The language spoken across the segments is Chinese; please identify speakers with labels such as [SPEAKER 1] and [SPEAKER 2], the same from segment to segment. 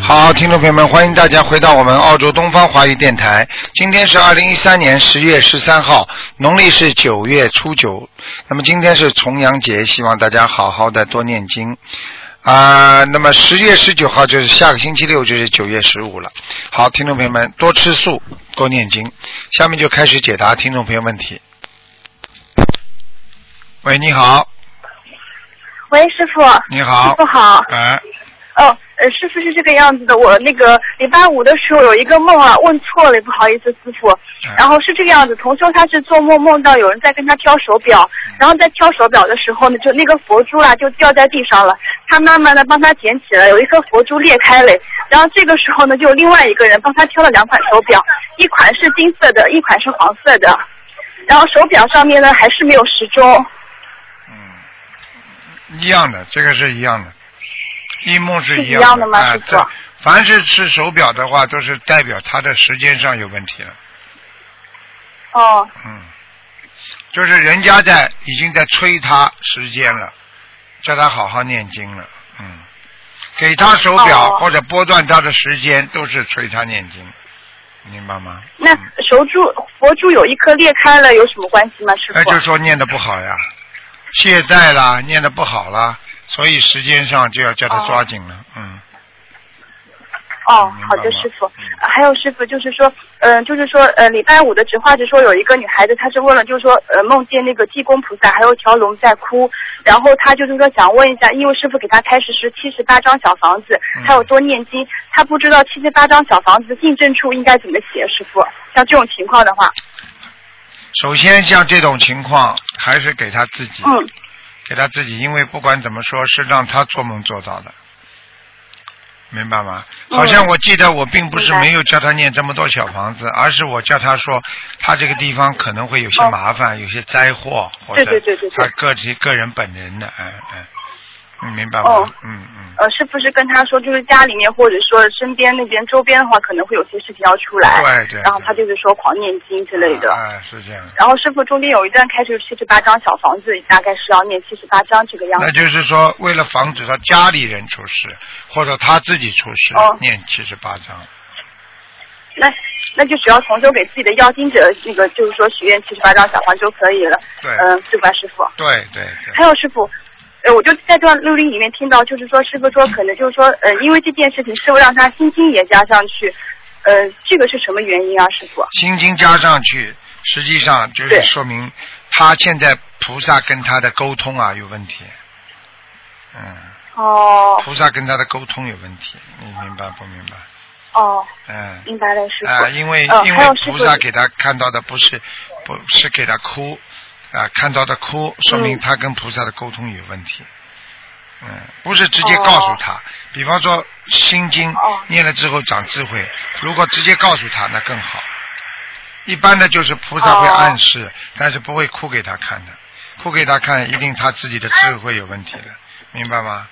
[SPEAKER 1] 好，听众朋友们，欢迎大家回到我们澳洲东方华语电台。今天是二零一三年十月十三号，农历是九月初九。那么今天是重阳节，希望大家好好的多念经啊、那么十月十九号就是下个星期六，就是九月十五了。好，听众朋友们，多吃素，多念经。下面就开始解答听众朋友问题。喂，你好，
[SPEAKER 2] 喂，师傅。
[SPEAKER 1] 你好
[SPEAKER 2] 师傅好。
[SPEAKER 1] 哎、
[SPEAKER 2] 哦，呃，师傅是这个样子的，我那个礼拜五的时候有一个梦啊，问错了，不好意思，师傅。然后是这个样子，同修他是做梦梦到有人在跟他挑手表，然后在挑手表的时候呢，就那个佛珠啊就掉在地上了，他慢慢的帮他捡起来，有一颗佛珠裂开了，然后这个时候呢，就有另外一个人帮他挑了两款手表，一款是金色的，一款是黄色的，然后手表上面呢还是没有时钟。
[SPEAKER 1] 一样的，这个是一样的，一梦是一
[SPEAKER 2] 是一
[SPEAKER 1] 样
[SPEAKER 2] 样的吗
[SPEAKER 1] 啊
[SPEAKER 2] 师，傅
[SPEAKER 1] 这凡是是手表的话，都是代表它的时间上有问题了，
[SPEAKER 2] 哦，
[SPEAKER 1] 嗯，就是人家在已经在催他时间了，叫他好好念经了，嗯，给他手表、
[SPEAKER 2] 哦
[SPEAKER 1] 或者拨断他的时间，都是催他念经，明白吗？
[SPEAKER 2] 那手珠佛珠有一颗裂开了，有什么关系吗，师
[SPEAKER 1] 那
[SPEAKER 2] 傅？
[SPEAKER 1] 哎就说念的不好呀，懈怠啦，念的不好啦，所以时间上就要叫他抓紧了，嗯。
[SPEAKER 2] 哦，好的，师傅。呃还有师傅，就是说，嗯、就是说，呃，礼拜五的直话是说有一个女孩子，她是问了，就是说，呃，梦见那个济公菩萨还有条龙在哭，然后她就是说想问一下，因为师傅给她开始是七十八张小房子，
[SPEAKER 1] 嗯
[SPEAKER 2] 还有多念经，她不知道七十八张小房子的进正处应该怎么写，师傅。像这种情况的话，
[SPEAKER 1] 首先，像这种情况，还是给他自己，
[SPEAKER 2] 嗯，
[SPEAKER 1] 给他自己，因为不管怎么说，是让他做梦做到的，明白吗？
[SPEAKER 3] 嗯
[SPEAKER 1] 好像我记得我并不是
[SPEAKER 3] 明白
[SPEAKER 1] 没有叫他念这么多小房
[SPEAKER 2] 嗯
[SPEAKER 1] 子，而是我叫他说，他这个地方可能会有些麻烦，有些灾祸，或者
[SPEAKER 2] 对对对对对
[SPEAKER 1] 他个体个人本人的，哎哎，你明白吗？
[SPEAKER 2] 哦
[SPEAKER 1] 嗯嗯，
[SPEAKER 2] 呃，是不是跟她说，就是家里面或者说身边那边周边的话，可能会有些事情要出来，
[SPEAKER 1] 对对
[SPEAKER 2] 然后她就是说狂念经之类的。
[SPEAKER 1] 哎，是这样。
[SPEAKER 2] 然后师傅中间有一段开始七十八张小房子，大概是要念七十八张这个样子。
[SPEAKER 1] 那就是说，为了防止他家里人出事，或者他自己出事，
[SPEAKER 2] 哦
[SPEAKER 1] 念七十八章。
[SPEAKER 2] 那那就只要重修给自己的要经者那个就是说许愿七十八张小房就可以了。
[SPEAKER 1] 对
[SPEAKER 2] 嗯、对吧，师傅？
[SPEAKER 1] 对对对。
[SPEAKER 2] 还有师傅。呃，我就在这段录音里面听到，就是说师傅说，可能就是说，呃，因为这件事情，师傅让他心经也加上去，呃，这个是什么原因啊，师傅？
[SPEAKER 1] 心经加上去，实际上就是
[SPEAKER 2] 对
[SPEAKER 1] 说明他现在菩萨跟他的沟通啊有问题。嗯，
[SPEAKER 2] 哦
[SPEAKER 1] 菩萨跟他的沟通有问题，你明白不明白？
[SPEAKER 2] 哦，
[SPEAKER 1] 嗯。
[SPEAKER 2] 明白了，师傅。
[SPEAKER 1] 啊、因为、
[SPEAKER 2] 呃
[SPEAKER 1] 因
[SPEAKER 2] 还
[SPEAKER 1] 为
[SPEAKER 2] 有师
[SPEAKER 1] 菩
[SPEAKER 2] 傅
[SPEAKER 1] 萨给他看到的不是不是给他哭啊、看到的哭，
[SPEAKER 2] 嗯
[SPEAKER 1] 说明他跟菩萨的沟通有问题。嗯，不是直接告诉
[SPEAKER 2] 哦
[SPEAKER 1] 他，比方说《心经》念了之后长智慧，如果直接告诉他那更好。一般的就是菩萨会
[SPEAKER 3] 哦
[SPEAKER 1] 暗示，但是不会哭给他看的，哭给他看一定他自己的智慧有问题
[SPEAKER 2] 嗯
[SPEAKER 1] 了，明白吗？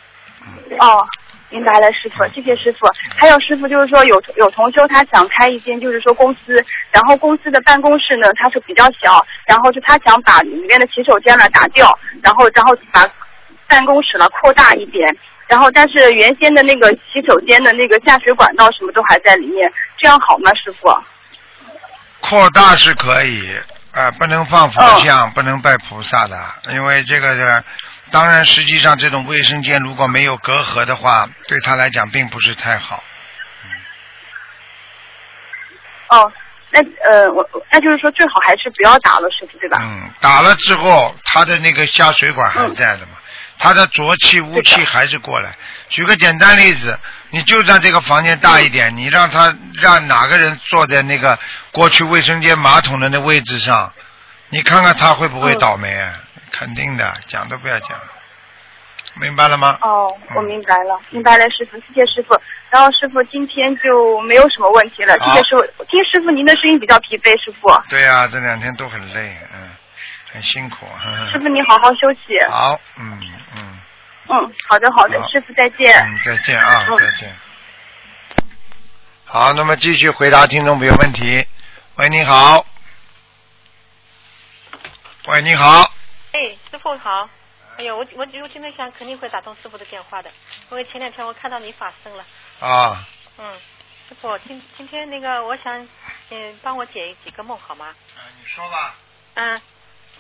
[SPEAKER 2] 哦，明白了，师傅，谢谢师傅。还有师傅就是说有有同修他想开一间就是说公司，然后公司的办公室呢他是比较小，然后就他想把里面的洗手间呢打掉，然后然后把办公室呢扩大一点。然后，但是原先的那个洗手间的那个下水管道什么都还在里面，这样好吗，师傅？
[SPEAKER 1] 扩大是可以，啊，不能放佛像，不能拜菩萨的，因为这个是，当然实际上这种卫生间如果没有隔阂的话，对他来讲并不是太好。
[SPEAKER 2] 哦，那呃，我我那就是说最好还是不要打了，师傅对吧？
[SPEAKER 1] 嗯，打了之后，他的那个下水管还在的嘛，他的浊气、污气还是过来。举个简单例子，你就算这个房间大一点，你让他让哪个人坐在那个过去卫生间马桶的那位置上，你看看他会不会
[SPEAKER 2] 嗯
[SPEAKER 1] 倒霉啊？肯定的，讲都不要讲，明白了吗？
[SPEAKER 2] 哦，
[SPEAKER 1] 嗯
[SPEAKER 2] 我明白了，明白了，师傅，谢谢师傅。然后师傅今天就没有什么问题了，谢
[SPEAKER 1] 好嗯
[SPEAKER 2] 谢师傅。听师傅您的声音比较疲惫，师傅，
[SPEAKER 1] 对呀、这两天都很累，嗯，很辛苦。呵呵
[SPEAKER 2] 师傅你好好休息。
[SPEAKER 1] 好，嗯嗯，
[SPEAKER 4] 嗯，好的好的，
[SPEAKER 1] 好
[SPEAKER 4] 师傅再见。
[SPEAKER 1] 嗯，再见啊，
[SPEAKER 4] 嗯
[SPEAKER 1] 再见。好，那么继续回答听众朋友问题。喂，你好。喂，你好。
[SPEAKER 5] 哎，师傅好。哎呦，我我我今天想肯定会打通师傅的电话的，因为前两天我看到你法身了。
[SPEAKER 1] 啊，
[SPEAKER 5] 嗯，师傅，今今天那个我想，嗯，帮我解几个梦好吗？
[SPEAKER 1] 你说吧。
[SPEAKER 5] 嗯，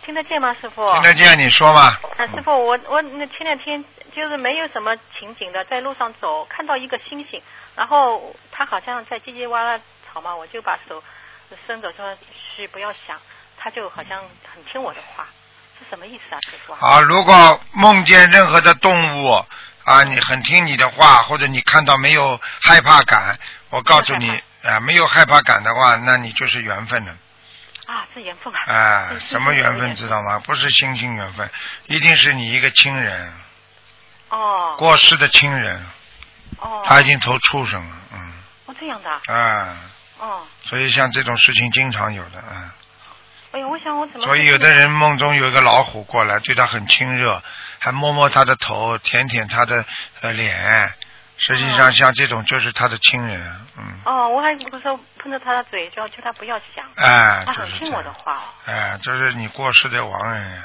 [SPEAKER 5] 听得见吗，师傅？
[SPEAKER 1] 听得见你说嗯吧。
[SPEAKER 5] 啊，师傅，我我那前两天就是没有什么情景的，在路上走看到一个星星，然后它好像在叽叽哇啦吵嘛，我就把手伸走说嘘不要响，它就好像很听我的话，是什么意思啊，师傅啊？
[SPEAKER 1] 啊，如果梦见任何的动物啊，你很听你的话，或者你看到没有害怕感，我告诉你
[SPEAKER 5] 没有
[SPEAKER 1] 啊，没有害怕感的话，那你就是缘分了。
[SPEAKER 5] 啊，是缘分啊！
[SPEAKER 1] 啊
[SPEAKER 5] 这，是
[SPEAKER 1] 什么缘分
[SPEAKER 5] 缘分
[SPEAKER 1] 知道吗？不是星星缘分，一定是你一个亲人，
[SPEAKER 5] 哦
[SPEAKER 1] 过世的亲人，
[SPEAKER 5] 哦，
[SPEAKER 1] 他已经投畜生了，嗯，
[SPEAKER 5] 哦这样的啊
[SPEAKER 1] 啊，
[SPEAKER 5] 哦，
[SPEAKER 1] 所以像这种事情经常有的，啊。
[SPEAKER 5] 哎呦，我想我怎么
[SPEAKER 1] 所以有的人梦中有一个老虎过来，对他很亲热，还摸摸他的头，舔舔他的呃脸。实际上，
[SPEAKER 5] 哦
[SPEAKER 1] 像这种就是他的亲人，嗯，
[SPEAKER 5] 哦，我还不是说碰着他的嘴，就要叫他不要响，
[SPEAKER 1] 哎，
[SPEAKER 5] 他
[SPEAKER 1] 就
[SPEAKER 5] 很
[SPEAKER 1] 是
[SPEAKER 5] 听
[SPEAKER 1] 这
[SPEAKER 5] 啊我的
[SPEAKER 1] 样，
[SPEAKER 5] 话哦
[SPEAKER 1] 哎，这是你过世的亡人，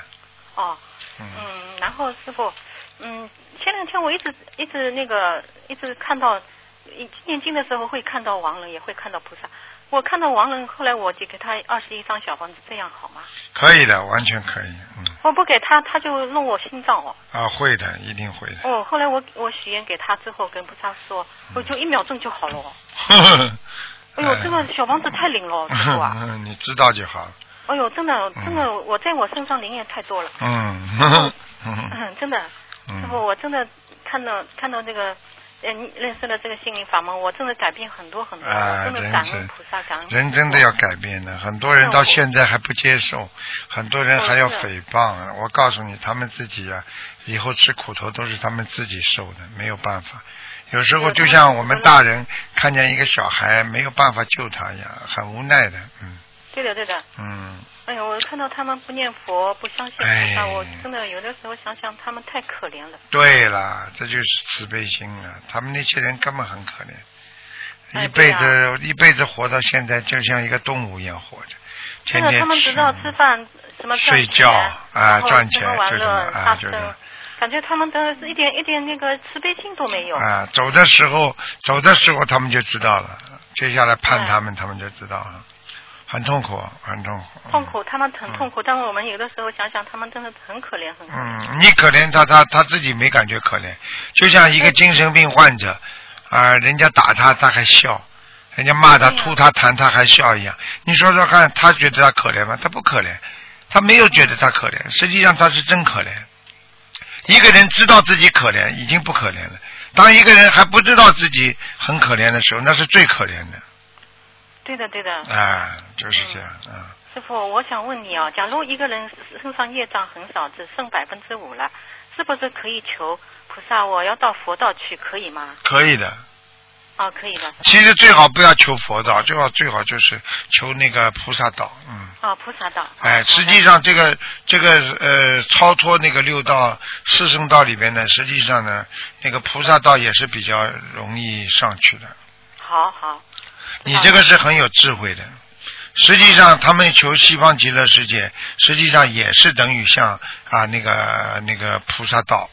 [SPEAKER 5] 哦。
[SPEAKER 1] 嗯，
[SPEAKER 5] 嗯，然后师傅，嗯，前两天我一直一直那个一直看到，一念经的时候会看到亡人，也会看到菩萨。我看到亡人，后来我就给他二十一张小房子，这样好吗？
[SPEAKER 1] 可以的，完全可以，嗯，
[SPEAKER 5] 我不给他，他就弄我心脏哦。
[SPEAKER 1] 啊，会的，一定会的，
[SPEAKER 5] 哦，后来我我许愿给他之后，跟菩萨说，
[SPEAKER 1] 嗯
[SPEAKER 5] 我就一秒钟就好了哦。
[SPEAKER 1] 呵呵，
[SPEAKER 5] 哎呦，这个小房子太灵了，师傅啊！
[SPEAKER 1] 嗯，你嗯知道就好了，
[SPEAKER 5] 哎呦，真的真的，我在我身上灵验太多了，
[SPEAKER 1] 嗯，呵呵嗯
[SPEAKER 5] 嗯，真的。师傅，
[SPEAKER 1] 嗯，
[SPEAKER 5] 我真的看到看到这个，呃，你认识了这个心灵法门，我真的改变很多很多，
[SPEAKER 1] 啊
[SPEAKER 5] 我真的
[SPEAKER 1] 真
[SPEAKER 5] 感
[SPEAKER 1] 是
[SPEAKER 5] 恩菩萨，感恩
[SPEAKER 1] 人真的要改变
[SPEAKER 5] 嗯
[SPEAKER 1] 的，很多人到现在还不接受，很多人还要诽
[SPEAKER 5] 哦啊
[SPEAKER 1] 谤。我告诉你，他们自己啊，以后吃苦头都是他们自己受的，没有办法。有时候就像我们大人看见一个小孩没有办法救他一样，很无奈的，嗯
[SPEAKER 5] 对的对的，
[SPEAKER 1] 嗯，
[SPEAKER 5] 哎呦，我看到他们不念佛，不相信菩萨，
[SPEAKER 1] 哎
[SPEAKER 5] 我真的有的时候想想他们太可怜了。
[SPEAKER 1] 对了，这就是慈悲心啊。他们那些人根本很可怜，
[SPEAKER 5] 哎
[SPEAKER 1] 一辈
[SPEAKER 5] 对啊
[SPEAKER 1] 子、一辈子活到现在，就像一个动物一样活着，天
[SPEAKER 5] 真的，
[SPEAKER 1] 天
[SPEAKER 5] 他们
[SPEAKER 1] 吃
[SPEAKER 5] 只知道吃饭，什么赚
[SPEAKER 1] 睡
[SPEAKER 5] 钱
[SPEAKER 1] 觉啊
[SPEAKER 5] 然后
[SPEAKER 1] 赚钱
[SPEAKER 5] 吃喝玩
[SPEAKER 1] 就什么
[SPEAKER 5] 乐、
[SPEAKER 1] 啊
[SPEAKER 5] 杀
[SPEAKER 1] 就
[SPEAKER 5] 生
[SPEAKER 1] 这样，
[SPEAKER 5] 感觉他们的一点一点那个慈悲心都没有。
[SPEAKER 1] 啊，走的时候，走的时候他们就知道了，接下来判他们，他们就知道了，很痛苦，很痛苦。
[SPEAKER 5] 痛苦，他们很痛苦，但我们有的时候想想，他们真的很可怜，很可怜。
[SPEAKER 1] 嗯，你可怜他，他他自己没感觉可怜，就像一个精神病患者，啊、人家打他他还笑，人家骂他、
[SPEAKER 5] 对呀
[SPEAKER 1] 吐他、弹他还笑一样，你说说看，他觉得他可怜吗？他不可怜，他没有觉得他可怜，实际上他是真可怜。一个人知道自己可怜，已经不可怜了。当一个人还不知道自己很可怜的时候，那是最可怜的。
[SPEAKER 5] 对的，对的。
[SPEAKER 1] 啊，就是这样啊。
[SPEAKER 5] 师傅，我想问你哦，假如一个人身上业障很少，只剩百分之五了，是不是可以求菩萨，我要到佛道去，可以吗？
[SPEAKER 1] 可以的。
[SPEAKER 5] 哦，可以的。
[SPEAKER 1] 其实最好不要求佛道，最好最好就是求那个菩萨道。嗯。
[SPEAKER 5] 哦，菩萨道。
[SPEAKER 1] 哎，实际上这个这个呃，超脱那个六道四圣道里边呢，实际上呢，那个菩萨道也是比较容易上去的。
[SPEAKER 5] 好好。
[SPEAKER 1] 你这个是很有智慧的。实际上，他们求西方极乐世界，实际上也是等于像啊那个那个菩萨道，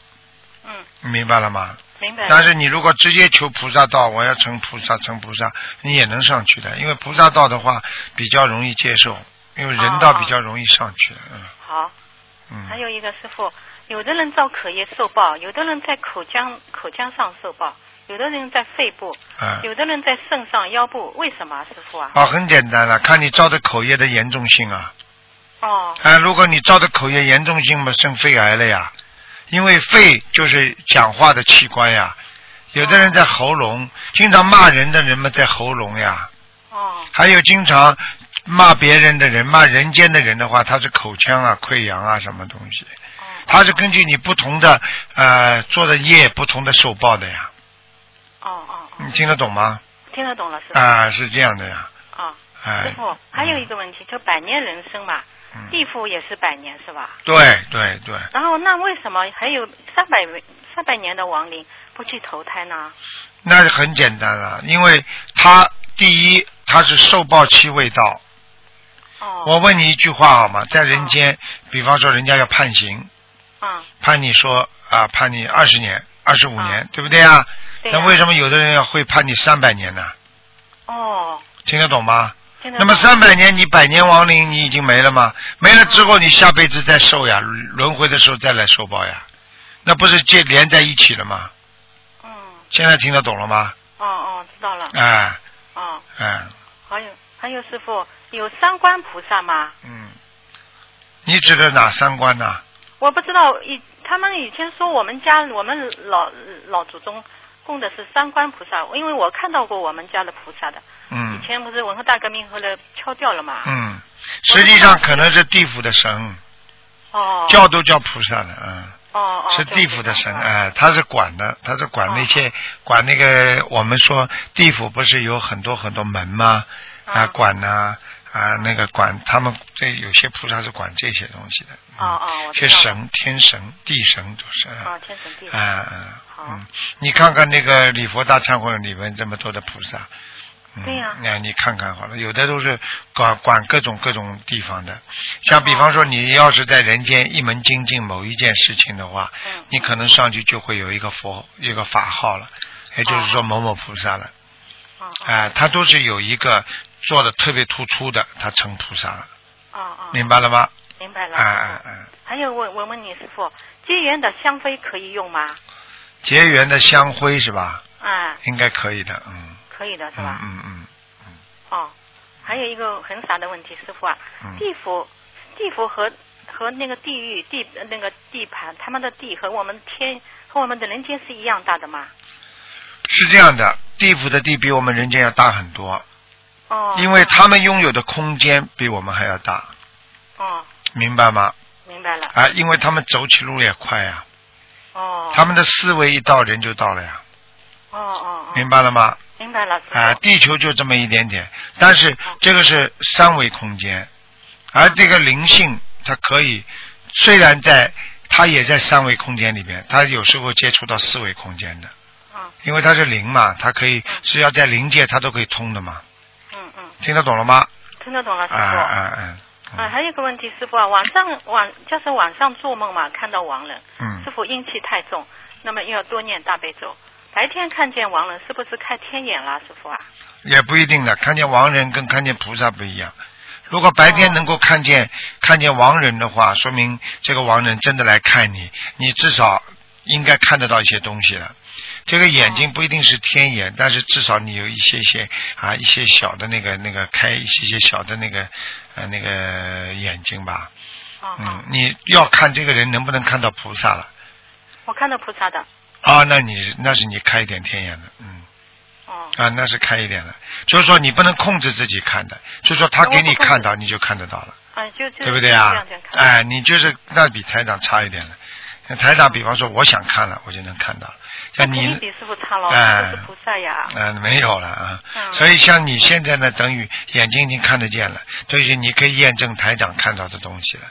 [SPEAKER 5] 嗯，
[SPEAKER 1] 明白了吗？
[SPEAKER 5] 明白了。
[SPEAKER 1] 但是你如果直接求菩萨道，我要成菩萨，成菩萨，你也能上去的，因为菩萨道的话比较容易接受，因为人道比较容易上去的，嗯
[SPEAKER 5] 好，
[SPEAKER 1] 嗯。
[SPEAKER 5] 哦还有一个师傅，有的人造口业受报，有的人在口腔口腔上受报，有的人在肺部，
[SPEAKER 1] 啊
[SPEAKER 5] 有的人在肾上腰部，为什么啊，师傅啊？
[SPEAKER 1] 啊，很简单了，看你造的口业的严重性啊。
[SPEAKER 5] 哦，
[SPEAKER 1] 啊，如果你造的口业严重性嘛，生肺癌了呀，因为肺就是讲话的器官呀。有的人在喉咙，经常骂人的人嘛，在喉咙呀，
[SPEAKER 5] 哦，
[SPEAKER 1] 还有经常骂别人的人、骂人间的人的话，他是口腔啊、溃疡啊什么东西，
[SPEAKER 5] 哦。
[SPEAKER 1] 他是根据你不同的呃做的业不同的受报的呀，
[SPEAKER 5] 哦哦哦，
[SPEAKER 1] 你听得懂吗？啊
[SPEAKER 5] 听得懂了，师傅。
[SPEAKER 1] 啊，是这样的呀，
[SPEAKER 5] 啊。
[SPEAKER 1] 哎嗯
[SPEAKER 5] 师，傅，还有一个问题，就百年人生嘛，地府也是百年是吧？
[SPEAKER 1] 对对对，
[SPEAKER 5] 然后那为什么还有三百三百年的亡灵不去投胎呢？
[SPEAKER 1] 那是很简单了，因为他第一他是受报期未到。
[SPEAKER 5] 哦，
[SPEAKER 1] 我问你一句话好吗？在人间，比方说人家要判刑，
[SPEAKER 5] 啊、
[SPEAKER 1] 判你说啊，判你二十年、二十五年
[SPEAKER 5] 啊，
[SPEAKER 1] 对不对啊？
[SPEAKER 5] 对呀
[SPEAKER 1] 那为什么有的人要会判你三百年呢？
[SPEAKER 5] 哦，
[SPEAKER 1] 听得懂吗？
[SPEAKER 5] 真的。
[SPEAKER 1] 那么三百年，你百年亡灵，你已经没了吗？没了之后，你下辈子再受呀，轮轮回的时候再来受报呀，那不是接连在一起了吗？
[SPEAKER 5] 嗯，
[SPEAKER 1] 现在听得懂了吗？
[SPEAKER 5] 哦哦，知道了。
[SPEAKER 1] 哎
[SPEAKER 5] 哦，
[SPEAKER 1] 哎
[SPEAKER 5] 还有还有师傅，有三观菩萨吗？
[SPEAKER 1] 嗯，你指的哪三关呢？
[SPEAKER 5] 我不知道，以他们以前说我们家我们老老祖宗供的是三观菩萨，因为我看到过我们家的菩萨的。
[SPEAKER 1] 嗯
[SPEAKER 5] 以前不是文化大革命后来敲掉了嘛？
[SPEAKER 1] 嗯，实际上可能是地府的神，
[SPEAKER 5] 哦。
[SPEAKER 1] 叫都叫菩萨的，嗯。
[SPEAKER 5] 哦哦。
[SPEAKER 1] 是
[SPEAKER 5] 叫
[SPEAKER 1] 地府的神，
[SPEAKER 5] 菩萨
[SPEAKER 1] 哎、他是管的，他是管那
[SPEAKER 5] 哦
[SPEAKER 1] 些、管那个我们说地府不是有很多很多门吗？啊，
[SPEAKER 5] 嗯
[SPEAKER 1] 管呐啊那个管他们这有些菩萨是管这些东西的。嗯、
[SPEAKER 5] 哦哦我知
[SPEAKER 1] 些
[SPEAKER 5] 道了
[SPEAKER 1] 神、天神、地神都是。
[SPEAKER 5] 哦，天神地
[SPEAKER 1] 啊
[SPEAKER 5] 神。
[SPEAKER 1] 啊
[SPEAKER 5] 好
[SPEAKER 1] 嗯，你看看那个礼佛大忏悔里面这么多的菩萨，嗯、
[SPEAKER 5] 对呀
[SPEAKER 1] 那你看看好了，有的都是管管各种各种地方的，像比方说你要是在人间一门精进某一件事情的话，
[SPEAKER 5] 嗯
[SPEAKER 1] 你可能上去就会有一个佛有一个法号了，也就是说某某菩萨了，
[SPEAKER 5] 哦
[SPEAKER 1] 哎、他都是有一个做的特别突出的，他成菩萨了，
[SPEAKER 5] 哦哦。
[SPEAKER 1] 明白了吗？
[SPEAKER 5] 明白了。
[SPEAKER 1] 哎哎哎，
[SPEAKER 5] 还有我我问你师傅，结缘的香妃可以用吗？
[SPEAKER 1] 结缘的香灰是吧？
[SPEAKER 5] 啊，
[SPEAKER 1] 应该可以的，嗯
[SPEAKER 5] 可以的是
[SPEAKER 1] 嗯
[SPEAKER 5] 吧？
[SPEAKER 1] 嗯嗯，
[SPEAKER 5] 哦，还有一个很傻的问题，师傅啊，
[SPEAKER 1] 嗯
[SPEAKER 5] 地府地府和和那个地狱地那个地盘，他们的地和我们天和我们的人间是一样大的吗？
[SPEAKER 1] 是这样的，地府的地比我们人间要大很多，
[SPEAKER 5] 哦，
[SPEAKER 1] 因为他们拥有的空间比我们还要大，
[SPEAKER 5] 哦，
[SPEAKER 1] 明白吗？
[SPEAKER 5] 明白了，
[SPEAKER 1] 啊，因为他们走起路也快呀、
[SPEAKER 5] 哦，
[SPEAKER 1] 他们的思维一到人就到了呀，
[SPEAKER 5] 哦哦哦，哦
[SPEAKER 1] 明白了吗？
[SPEAKER 5] 明白了，师傅
[SPEAKER 1] 啊，地球就这么一点点，但是这个是三维空间，而这个灵性它可以，虽然在它也在三维空间里边，它有时候接触到四维空间的，
[SPEAKER 5] 嗯
[SPEAKER 1] 因为它是灵嘛，它可以只要在灵界它都可以通的嘛，
[SPEAKER 5] 嗯嗯，
[SPEAKER 1] 听得懂了吗？
[SPEAKER 5] 听得懂了，师
[SPEAKER 1] 啊
[SPEAKER 5] 傅。
[SPEAKER 1] 啊啊！
[SPEAKER 5] 啊，还有一个问题，师傅啊，晚上晚就是晚上做梦嘛，看到亡人，
[SPEAKER 1] 嗯
[SPEAKER 5] 师，傅阴气太重，那么又要多念大悲咒。白天看见亡人，是不是开天眼了，师傅啊？
[SPEAKER 1] 也不一定的。看见亡人跟看见菩萨不一样。如果白天能够看见、看见亡人的话，说明这个亡人真的来看你，你至少应该看得到一些东西了。这个眼睛不一定是天眼，但是至少你有一些些啊一些小的那个那个开一些些小的那个呃那个眼睛吧。
[SPEAKER 5] 啊、
[SPEAKER 1] 嗯，你要看这个人能不能看到菩萨了
[SPEAKER 5] 我看到菩萨的，
[SPEAKER 1] 啊？那你那是你开一点天眼了，嗯。
[SPEAKER 5] 哦，
[SPEAKER 1] 啊，那是开一点了，就是说你不能控制自己看的，就是说他给你看到，你就看得到了，
[SPEAKER 5] 啊，就就
[SPEAKER 1] 对不对
[SPEAKER 5] 这
[SPEAKER 1] 啊
[SPEAKER 5] 样这样？看，
[SPEAKER 1] 哎，你就是那比台长差一点了。那台长，比方说我想看了，我就能看到，
[SPEAKER 5] 那
[SPEAKER 1] 像
[SPEAKER 5] 哎肯
[SPEAKER 1] 你
[SPEAKER 5] 定比师傅差喽，
[SPEAKER 1] 哎
[SPEAKER 5] 师傅是菩萨呀，
[SPEAKER 1] 嗯、没有了啊。
[SPEAKER 5] 嗯
[SPEAKER 1] 所以像你现在呢，等于眼睛已经看得见了，就是你可以验证台长看到的东西了，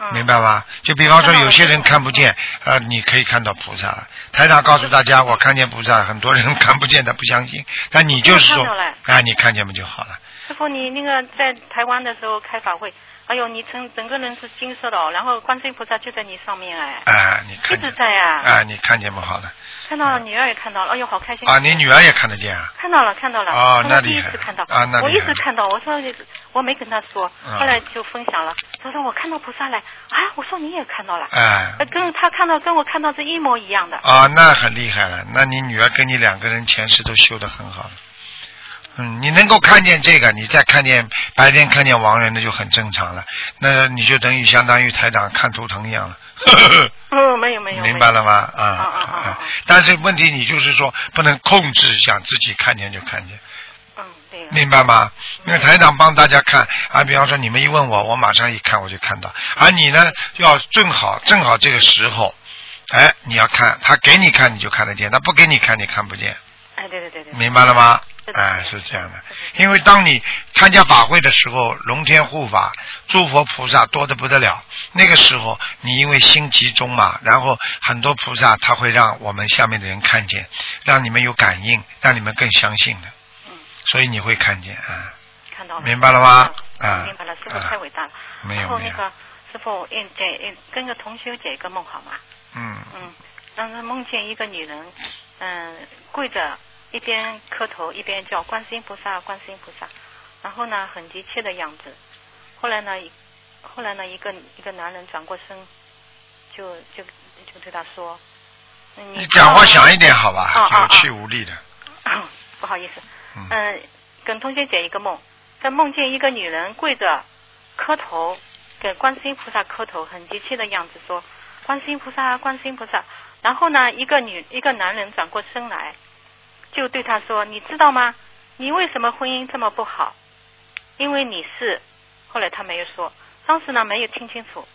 [SPEAKER 5] 嗯、
[SPEAKER 1] 明白吧？就比方说有些人看不见，呃，你可以看到菩萨了。台长告诉大家，我看见菩萨了，很多人 看不见，他不相信，但你就是说
[SPEAKER 5] 我看到了，
[SPEAKER 1] 啊，你看见不就好了？
[SPEAKER 5] 师傅，你那个在台湾的时候开法会，哎呦，你整整个人是金色的哦，然后观世音菩萨就在你上面哎，
[SPEAKER 1] 啊，你
[SPEAKER 5] 一
[SPEAKER 1] 看
[SPEAKER 5] 直
[SPEAKER 1] 见
[SPEAKER 5] 在呀、
[SPEAKER 1] 啊，你看见不好了
[SPEAKER 5] 看到了女儿也看到了，哎呦，好开心
[SPEAKER 1] 啊，你女儿也看得见啊，
[SPEAKER 5] 看到了，看到了。
[SPEAKER 1] 哦
[SPEAKER 5] 我
[SPEAKER 1] 那
[SPEAKER 5] 第
[SPEAKER 1] 厉
[SPEAKER 5] 一
[SPEAKER 1] 害
[SPEAKER 5] 次看到
[SPEAKER 1] 啊那厉害
[SPEAKER 5] 我一直看到，我说我没跟他说，
[SPEAKER 1] 嗯
[SPEAKER 5] 后来就分享了。他说我看到菩萨了，啊，我说你也看到了，
[SPEAKER 1] 哎
[SPEAKER 5] 呃跟他看到跟我看到是一模一样的。
[SPEAKER 1] 啊，那很厉害了，那你女儿跟你两个人前世都修得很好了。嗯，你能够看见这个，你再看见白天看见亡人，那就很正常了。那你就等于相当于台长看图腾一样了，
[SPEAKER 5] 嗯，没有没有。
[SPEAKER 1] 明白
[SPEAKER 5] 没有。
[SPEAKER 1] 了吗？啊
[SPEAKER 5] 啊啊啊
[SPEAKER 1] 但是问题你就是说不能控制，想自己看见就看见。
[SPEAKER 5] 嗯，对。
[SPEAKER 1] 明白吗？因为台长帮大家看啊，比方说你们一问我，我马上一看我就看到，而你呢，要正好正好这个时候，哎，你要看他给你看你就看得见，他不给你看你看不见，
[SPEAKER 5] 哎，哎，对对对对。
[SPEAKER 1] 明白了吗？
[SPEAKER 5] 是的
[SPEAKER 1] 哎，是这样的，因为当你参加法会的时候，龙天护法、诸佛菩萨多的不得了。那个时候，你因为心集中嘛，然后很多菩萨他会让我们下面的人看见，让你们有感应，让你们更相信的，
[SPEAKER 5] 嗯，
[SPEAKER 1] 所以你会看见啊。
[SPEAKER 5] 看到了。
[SPEAKER 1] 明白了吗啊
[SPEAKER 5] 嗯明白了，师傅
[SPEAKER 1] 啊
[SPEAKER 5] 太伟大了。
[SPEAKER 1] 没
[SPEAKER 5] 然
[SPEAKER 1] 有
[SPEAKER 5] 后
[SPEAKER 1] 没
[SPEAKER 5] 那
[SPEAKER 1] 有，
[SPEAKER 5] 个师傅，嗯，给嗯跟个同修解一个梦好吗？
[SPEAKER 1] 嗯
[SPEAKER 5] 嗯，当时梦见一个女人，嗯，跪着，一边磕头一边叫观世音菩萨，观世音菩萨，然后呢，很急切的样子。后来呢，一后来呢，一个一个男人转过身，就就就对他说：“嗯
[SPEAKER 1] 你讲话响一点好
[SPEAKER 5] 哦
[SPEAKER 1] 吧，
[SPEAKER 5] 哦
[SPEAKER 1] 有气无力的，
[SPEAKER 5] 不好意思，
[SPEAKER 1] 嗯
[SPEAKER 5] 嗯，跟同学解一个梦，在梦见一个女人跪着磕头，给观世音菩萨磕头，很急切的样子说：“观世音菩萨，观世音菩萨。”然后呢，一个女一个男人转过身来，就对她说：“你知道吗？你为什么婚姻这么不好？因为你是……”后来他没有说，当时呢没有听清楚。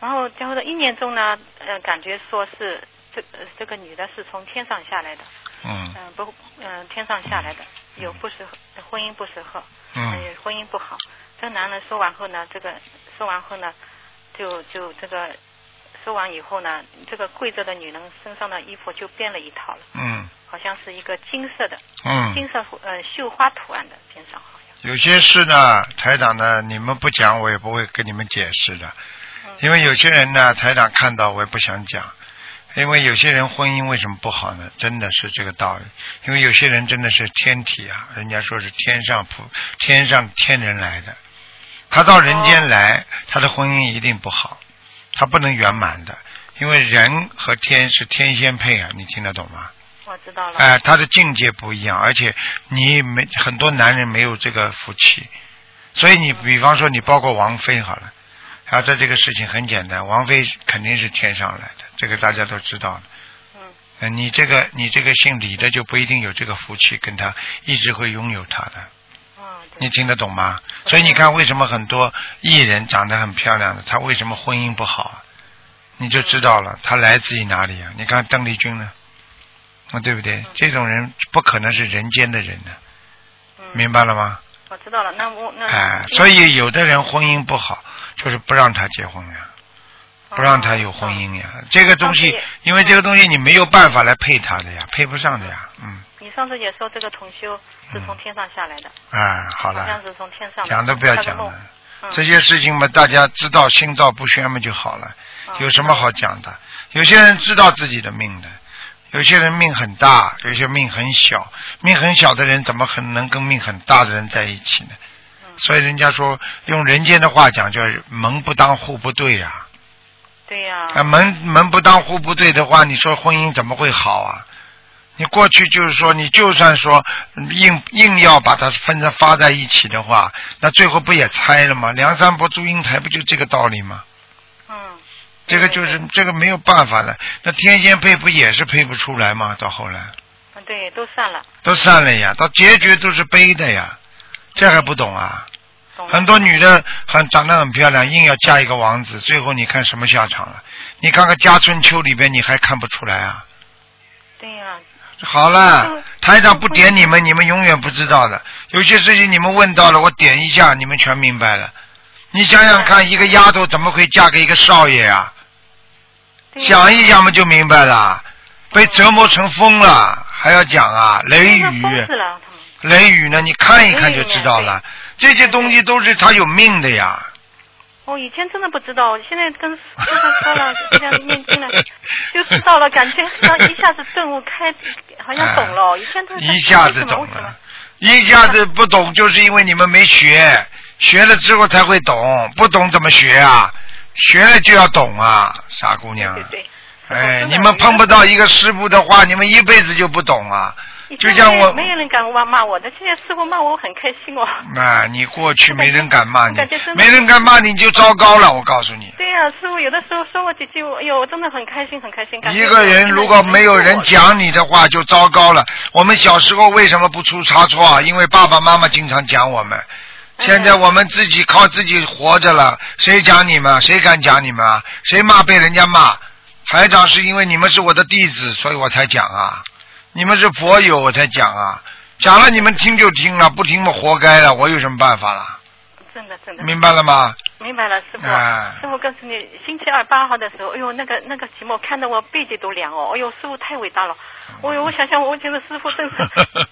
[SPEAKER 5] 然后最后的一年中呢，呃，感觉说是这呃这个女的是从天上下来的，
[SPEAKER 1] 嗯
[SPEAKER 5] 嗯，不，嗯，天上下来的有不适合，婚姻不适合，还
[SPEAKER 1] 嗯
[SPEAKER 5] 有婚姻不好。这个男人说完后呢，这个说完后呢，就就这个说完以后呢，这个跪着的女人身上的衣服就变了一套了，
[SPEAKER 1] 嗯
[SPEAKER 5] 好像是一个金色的，
[SPEAKER 1] 嗯，
[SPEAKER 5] 金色呃绣花图案的边上好像。
[SPEAKER 1] 有些事呢，台长呢，你们不讲我也不会跟你们解释的，因为有些人呢，台长看到我也不想讲，因为有些人婚姻为什么不好呢？真的是这个道理，因为有些人真的是天体啊，人家说是天上普天上天人来的，他到人间来，他的婚姻一定不好，他不能圆满的，因为人和天是天仙配啊，你听得懂吗？
[SPEAKER 5] 我知道了。
[SPEAKER 1] 哎、他的境界不一样，而且你没很多男人没有这个福气，所以你比方说你包括王菲好了，啊，在这个事情很简单，王菲肯定是天上来的，这个大家都知道的。
[SPEAKER 5] 嗯
[SPEAKER 1] 呃你这个你这个姓李的就不一定有这个福气，跟他一直会拥有他的，
[SPEAKER 5] 嗯，
[SPEAKER 1] 你
[SPEAKER 5] 对，
[SPEAKER 1] 听得懂吗？所以你看为什么很多艺人长得很漂亮的，他为什么婚姻不好啊？你就知道了，他来自于哪里啊？你看邓丽君呢，啊，对不对？这种人不可能是人间的人呢、
[SPEAKER 5] 嗯，
[SPEAKER 1] 明白了吗？
[SPEAKER 5] 我知道了。那我那
[SPEAKER 1] 哎，所以有的人婚姻不好，就是不让他结婚呀，不让他有婚。
[SPEAKER 5] 嗯
[SPEAKER 1] 姻呀。这个东西
[SPEAKER 5] 当时也，
[SPEAKER 1] 因为这个东西你没有办法来配他的呀，配不上的呀，嗯，
[SPEAKER 5] 你上次也说这个同修是从天上下来的，
[SPEAKER 1] 哎，嗯好
[SPEAKER 5] 好像
[SPEAKER 1] 了，
[SPEAKER 5] 是从天上的
[SPEAKER 1] 讲都不要
[SPEAKER 5] 他的
[SPEAKER 1] 讲
[SPEAKER 5] 梦
[SPEAKER 1] 了。
[SPEAKER 5] 嗯
[SPEAKER 1] 这些事情嘛，大家知道心照不宣嘛就好了，
[SPEAKER 5] 嗯
[SPEAKER 1] 有什么好讲的？有些人知道自己的命的，有些人命很大，有些命很小。命很小的人怎么可能跟命很大的人在一起呢？
[SPEAKER 5] 嗯
[SPEAKER 1] 所以人家说，用人间的话讲，叫门不当户不对呀、
[SPEAKER 5] 对呀、
[SPEAKER 1] 啊。门门不当户不对的话，你说婚姻怎么会好啊？你过去就是说，你就算说硬硬要把它分着发在一起的话，那最后不也拆了吗？梁山伯祝英台不就这个道理吗？
[SPEAKER 5] 嗯，
[SPEAKER 1] 这个就是这个没有办法了。那天仙配不也是配不出来吗？到后来
[SPEAKER 5] 嗯，对，都散了，
[SPEAKER 1] 都散了呀，到结局都是悲的呀，这还不懂啊？
[SPEAKER 5] 懂了
[SPEAKER 1] 很多女的很长得很漂亮，硬要嫁一个王子，最后你看什么下场了？你看看《家春秋》里边，你还看不出来啊？
[SPEAKER 5] 对呀、
[SPEAKER 1] 好了，台长不点你们，你们永远不知道的。有些事情你们问到了，我点一下，你们全明白了。你想想看，一个丫头怎么会嫁给一个少爷啊？
[SPEAKER 5] 对呀、
[SPEAKER 1] 想一想嘛就明白了，被折磨成疯了，还要讲啊？雷
[SPEAKER 5] 那
[SPEAKER 1] 雨，
[SPEAKER 5] 疯子了，他们
[SPEAKER 1] 雷雨呢？你看一看就知道了。这些东西都是他有命的呀。
[SPEAKER 5] 我哦以前真的不知道，现在跟跟他说了， 这样念经了，就知道了，感觉好像一下子顿悟开，好像懂了。以前他
[SPEAKER 1] 啊一下子懂
[SPEAKER 5] 为什么
[SPEAKER 1] 了？，一下子不懂，就是因为你们没学，学了之后才会懂，不懂怎么学啊？学了就要懂啊，傻姑
[SPEAKER 5] 为什
[SPEAKER 1] 娘
[SPEAKER 5] 么对。对对，
[SPEAKER 1] 哎，
[SPEAKER 5] 我真的
[SPEAKER 1] 你们碰不到一个师傅的话，你们一辈子就不懂啊。
[SPEAKER 5] 以
[SPEAKER 1] 就
[SPEAKER 5] 前
[SPEAKER 1] 像我，
[SPEAKER 5] 没有人敢骂骂我的，现在师傅骂我，我很开心哦。
[SPEAKER 1] 啊，你过去没人敢骂你
[SPEAKER 5] 我感觉，真的
[SPEAKER 1] 没人敢骂你就糟糕了，我告诉你。
[SPEAKER 5] 对呀、师傅有的时候说我几句，哎呦，我真的很开心，很开心。感觉
[SPEAKER 1] 一个人如果没有人讲你的话，就糟糕了。我们小时候为什么不出差错啊？因为爸爸妈妈经常讲我们。
[SPEAKER 5] 嗯
[SPEAKER 1] 现在我们自己靠自己活着了，谁讲你们？谁敢讲你们？啊？谁骂被人家骂？台长是因为你们是我的弟子，所以我才讲啊。你们是佛友，我才讲啊，讲了你们听就听了，不听嘛活该了，我有什么办法啦？
[SPEAKER 5] 真的真的。
[SPEAKER 1] 明白了吗？
[SPEAKER 5] 明白了，师傅。
[SPEAKER 1] 哎
[SPEAKER 5] 师傅告诉你，星期二八号的时候，哎呦，那个那个节目看得我背脊都凉哦。哎呦，师傅太伟大了。
[SPEAKER 1] 嗯
[SPEAKER 5] 哎呦，我想想，我觉得师傅 真是，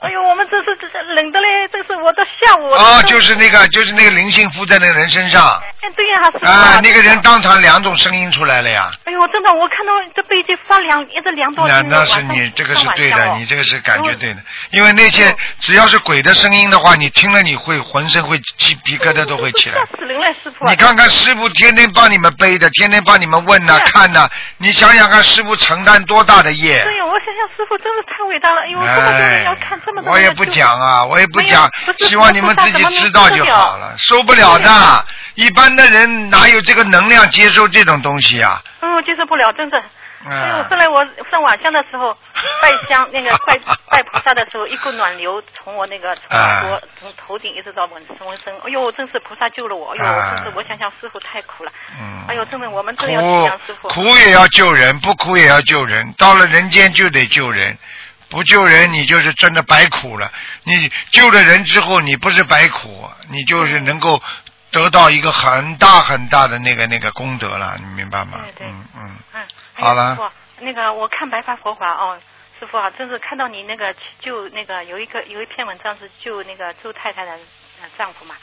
[SPEAKER 5] 哎呦，我们真是这是冷的嘞，真是我到下午。
[SPEAKER 1] 哦，就是那个，就是那个灵性附在那个人身上，
[SPEAKER 5] 哎，对呀、师傅
[SPEAKER 1] 啊，那个人。当场两种声音出来了呀。
[SPEAKER 5] 哎呦，真的，我看到这背脊发凉，一直凉到
[SPEAKER 1] 那
[SPEAKER 5] 今天
[SPEAKER 1] 那
[SPEAKER 5] 晚上
[SPEAKER 1] 是你这个是
[SPEAKER 5] 上晚
[SPEAKER 1] 对
[SPEAKER 5] 上
[SPEAKER 1] 的，
[SPEAKER 5] 哦
[SPEAKER 1] 你这个是感觉对的，因为那些只要是鬼的声音的话，你听了你会浑身会鸡皮疙瘩都会 起来
[SPEAKER 5] 吓。死人了，师傅啊。
[SPEAKER 1] 你看看师傅天天帮你们背的，天天帮你们问呐、
[SPEAKER 5] 对
[SPEAKER 1] 看呐、你想想看师傅承担多大的业。
[SPEAKER 5] 对呀，我想想，师傅真是太伟大了！哎呦，这么多人要
[SPEAKER 1] 哎
[SPEAKER 5] 看这么，多
[SPEAKER 1] 我
[SPEAKER 5] 人
[SPEAKER 1] 也
[SPEAKER 5] 要
[SPEAKER 1] 不
[SPEAKER 5] 听
[SPEAKER 1] 讲啊，我也不
[SPEAKER 5] 没有
[SPEAKER 1] 讲
[SPEAKER 5] 不，是
[SPEAKER 1] 希望你们自己知道就好了，受不了的。一般的人哪有这个能量接受这种东西啊？
[SPEAKER 5] 嗯，接受不了，真是。所以我
[SPEAKER 1] 啊
[SPEAKER 5] 后来我上晚香的 时候，拜香那个拜拜菩萨的时候，一股暖流从我那个从
[SPEAKER 1] 啊
[SPEAKER 5] 我从头顶一直到浑浑身，哎呦，真是菩萨救了我！哎呦，
[SPEAKER 1] 啊
[SPEAKER 5] 真是我想想师傅太苦了，
[SPEAKER 1] 嗯
[SPEAKER 5] 哎呦，真的我们真要体
[SPEAKER 1] 苦
[SPEAKER 5] 谅师傅。
[SPEAKER 1] 苦也要救人，不苦也要救人。到了人间就得救人，不救人你就是真的白苦了。你救了人之后，你不是白苦，你就是能够得到一个很大很大的那个那个功德了，你明白吗？
[SPEAKER 5] 对对
[SPEAKER 1] 嗯嗯，
[SPEAKER 5] 嗯，
[SPEAKER 1] 好了
[SPEAKER 5] 哎呀师傅，那个我看《白发佛法》哦，师傅啊，真是看到你那个救那个有一个有一篇文章是救那个周太太的呃丈夫嘛，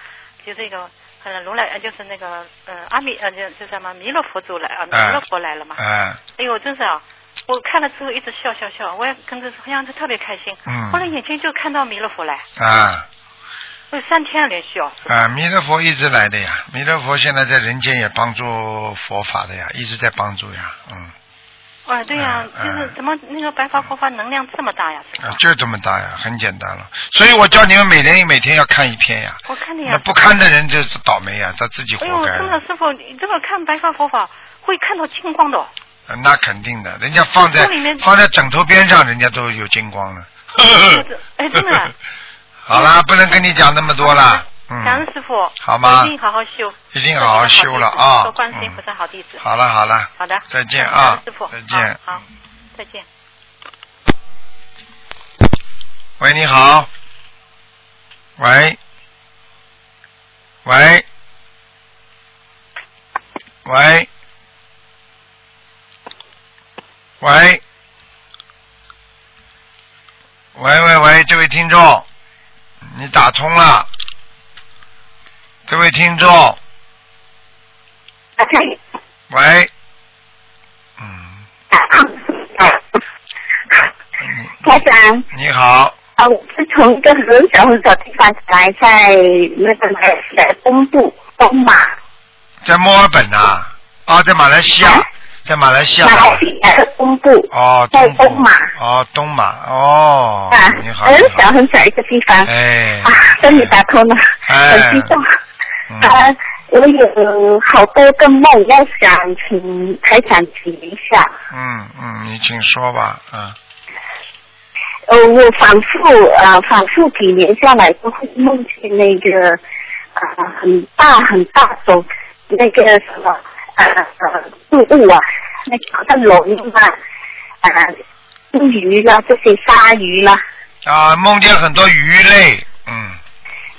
[SPEAKER 5] 就这个呃如来呃就是那个呃阿弥呃就就什么弥勒佛走来啊，弥勒佛来了嘛，
[SPEAKER 1] 哎、
[SPEAKER 5] 哎呦，真是啊。我看了之后一直笑笑笑，我也跟着好像是特别开心。
[SPEAKER 1] 嗯
[SPEAKER 5] 后来眼睛就看到弥勒佛来，
[SPEAKER 1] 啊
[SPEAKER 5] 有三天连续哦。师傅
[SPEAKER 1] 啊！弥勒佛一直来的呀，弥勒佛现在在人间也帮助佛法的呀，一直在帮助呀，嗯，
[SPEAKER 5] 啊，对呀、
[SPEAKER 1] 嗯
[SPEAKER 5] 就是
[SPEAKER 1] 嗯
[SPEAKER 5] 怎么那个白发佛法能量这么大呀？师
[SPEAKER 1] 啊
[SPEAKER 5] 傅，
[SPEAKER 1] 就这么大呀，很简单了。所以我叫你们每人每天要看一篇呀。
[SPEAKER 5] 我看见呀
[SPEAKER 1] 那。不看的人就是倒霉啊呀、他自己活
[SPEAKER 5] 哎呦，
[SPEAKER 1] 该
[SPEAKER 5] 真的，师傅，你这个看白发佛法会看到金光的哦。
[SPEAKER 1] 呃那肯定的，人家放在
[SPEAKER 5] 书里面
[SPEAKER 1] 放在枕头边上，人家都有金光了。
[SPEAKER 5] 哎真的啊
[SPEAKER 1] 好啦，不能跟你讲那么多啦。
[SPEAKER 5] 感恩
[SPEAKER 1] 嗯，
[SPEAKER 5] 师傅，
[SPEAKER 1] 好吗
[SPEAKER 5] 我一定好好修，
[SPEAKER 1] 一定好好修了啊。
[SPEAKER 5] 做观世音
[SPEAKER 1] 嗯
[SPEAKER 5] 菩萨好弟子。
[SPEAKER 1] 好了好了，
[SPEAKER 5] 好的，
[SPEAKER 1] 再见
[SPEAKER 5] 感
[SPEAKER 1] 啊
[SPEAKER 5] 恩师傅，，
[SPEAKER 1] 再见。
[SPEAKER 5] 好，好再见。
[SPEAKER 1] 喂，你好。喂，喂，喂，喂，喂喂喂，这位听众，你打通了。这位听众，
[SPEAKER 6] 啊，对，
[SPEAKER 1] 喂，嗯，
[SPEAKER 6] 啊，台长，
[SPEAKER 1] 你你好，
[SPEAKER 6] 啊，我是从一个很小很小地方来，在那个马来西亚东部东马，
[SPEAKER 1] 在墨尔本呐、啊？在马来西亚，在马来西亚。
[SPEAKER 6] 哎马来西亚的东部，
[SPEAKER 1] 哦，
[SPEAKER 6] 在
[SPEAKER 1] 东部
[SPEAKER 6] 东马
[SPEAKER 1] 哦，东马哦，
[SPEAKER 6] 啊
[SPEAKER 1] 你，好，
[SPEAKER 6] 很
[SPEAKER 1] 你
[SPEAKER 6] 小
[SPEAKER 1] 好，
[SPEAKER 6] 很小一个地方，
[SPEAKER 1] 哎，
[SPEAKER 6] 啊，跟你打通了，
[SPEAKER 1] 哎
[SPEAKER 6] 很激动。
[SPEAKER 1] 嗯
[SPEAKER 6] 啊，我有好多个梦要想请台长解一下。
[SPEAKER 1] 嗯嗯，你请说吧，嗯
[SPEAKER 6] 呃，我反复呃反复几年下来都会梦见那个呃很大很大种那个什么呃呃动物啊，那个好像龙啊，呃金鱼啦、这些鲨鱼啦
[SPEAKER 1] 啊，梦见很多鱼类，嗯，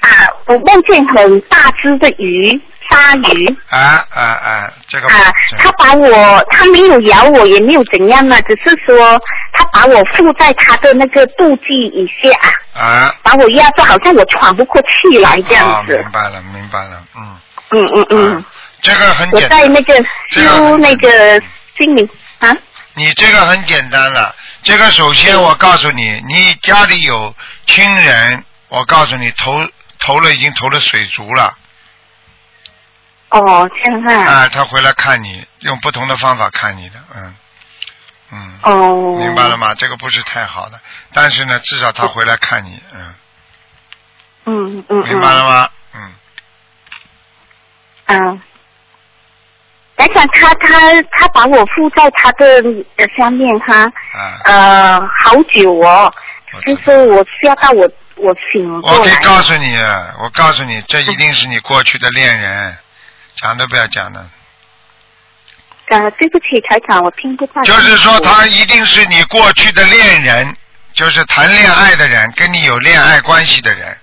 [SPEAKER 6] 啊，我梦见很大只的鱼鲨鱼
[SPEAKER 1] 啊啊啊，这个
[SPEAKER 6] 啊，它把我它没有咬我也没有怎样嘛，只是说它把我附在它的那个肚脐以下。
[SPEAKER 1] 啊
[SPEAKER 6] 把我压住，好像我喘不过气来这
[SPEAKER 1] 啊
[SPEAKER 6] 样子。
[SPEAKER 1] 明白了明白了，嗯，
[SPEAKER 6] 嗯嗯嗯
[SPEAKER 1] 啊，这个很
[SPEAKER 6] 我
[SPEAKER 1] 简
[SPEAKER 6] 在
[SPEAKER 1] 单，
[SPEAKER 6] 那个修那个心灵啊，
[SPEAKER 1] 你这个很简单了，这个首先我告诉你，你家里有亲人，我告诉你投投了已经投了水族了。
[SPEAKER 6] 哦，这样啊，
[SPEAKER 1] 啊，他回来看你，用不同的方法看你的，嗯，嗯，
[SPEAKER 6] 哦，
[SPEAKER 1] 明白了。吗？这个不是太好的，但是呢，至少他回来看你，嗯，
[SPEAKER 6] 嗯嗯嗯，
[SPEAKER 1] 明白了吗？嗯，
[SPEAKER 6] 嗯。来讲他他他把我附在他的呃下面哈，
[SPEAKER 1] 啊，
[SPEAKER 6] 呃，好久哦，
[SPEAKER 1] 我知
[SPEAKER 6] 就
[SPEAKER 1] 道
[SPEAKER 6] 是我吓到我我醒
[SPEAKER 1] 我
[SPEAKER 6] 过
[SPEAKER 1] 可以
[SPEAKER 6] 来。
[SPEAKER 1] 告诉你，我告诉你，这一定是你过去的恋人，讲都不要讲的。
[SPEAKER 6] 呃，对不起，台长，我听不到。
[SPEAKER 1] 就是说，他一定是你过去的恋人，就是谈恋爱的人，跟你有恋爱关系的人，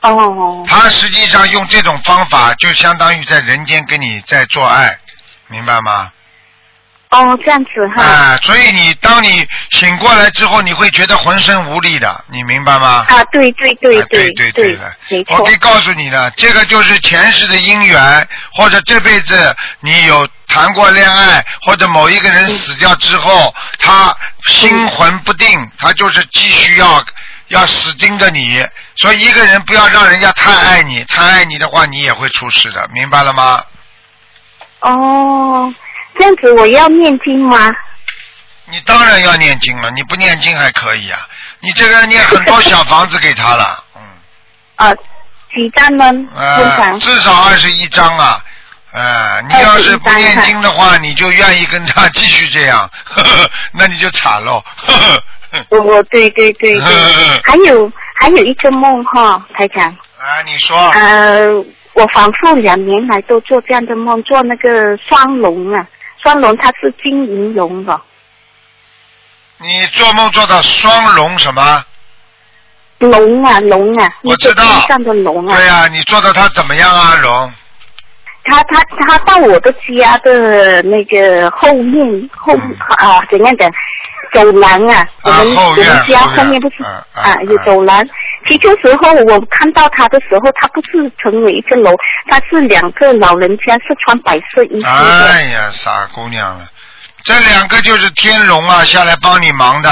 [SPEAKER 6] 哦，
[SPEAKER 1] 他实际上用这种方法，就相当于在人间跟你在做爱，明白吗？
[SPEAKER 6] 哦，这样子哈。
[SPEAKER 1] 啊，所以你当你醒过来之后，你会觉得浑身无力的，你明白吗？
[SPEAKER 6] 啊，对对对
[SPEAKER 1] 啊对
[SPEAKER 6] 对
[SPEAKER 1] 对的，
[SPEAKER 6] 没
[SPEAKER 1] 我
[SPEAKER 6] 错
[SPEAKER 1] 可。以告诉你的，这个就是前世的姻缘，或者这辈子你有谈过恋爱，或者某一个
[SPEAKER 6] 嗯
[SPEAKER 1] 人死掉之后，他心魂不定，他就是继续要要死盯着你，所以一个人不要让人家太爱你，太爱你的话，你也会出事的，明白了吗？
[SPEAKER 6] 哦，这样子我要念经吗？
[SPEAKER 1] 你当然要念经了，你不念经还可以啊，你这个念很多小房子给他了，嗯。
[SPEAKER 6] 啊，几张呢？通
[SPEAKER 1] 呃，
[SPEAKER 6] 常。
[SPEAKER 1] 至少二十一章啊。呃，你要是不念经的话，你就愿意跟他继续这样， 呵呵那你就惨喽。 啊呵呵
[SPEAKER 6] 我哦对对对对
[SPEAKER 1] 嗯，
[SPEAKER 6] 还有还有一个梦哈，台长，
[SPEAKER 1] 啊，你说
[SPEAKER 6] 呃，我反复两年来都做这样的梦，做那个双龙啊，双龙它是金银龙的，
[SPEAKER 1] 你做梦做到双龙什么？
[SPEAKER 6] 龙啊龙啊，
[SPEAKER 1] 我知道
[SPEAKER 6] 一个天上的龙啊
[SPEAKER 1] 对，呀、你做到他怎么样啊，龙？
[SPEAKER 6] 它它它到我的家的那个后面后
[SPEAKER 1] 嗯
[SPEAKER 6] 啊怎样讲？走廊啊，我们、
[SPEAKER 1] 后
[SPEAKER 6] 我
[SPEAKER 1] 院
[SPEAKER 6] 们家
[SPEAKER 1] 后院
[SPEAKER 6] 后面不是
[SPEAKER 1] 啊啊
[SPEAKER 6] 啊有
[SPEAKER 1] 啊
[SPEAKER 6] 走廊。起初时候我看到他的时候，他不是成为一个楼，他是两个老人家是穿白色衣服的。
[SPEAKER 1] 哎呀，傻姑娘了，这两个就是天龙啊，下来帮你忙的。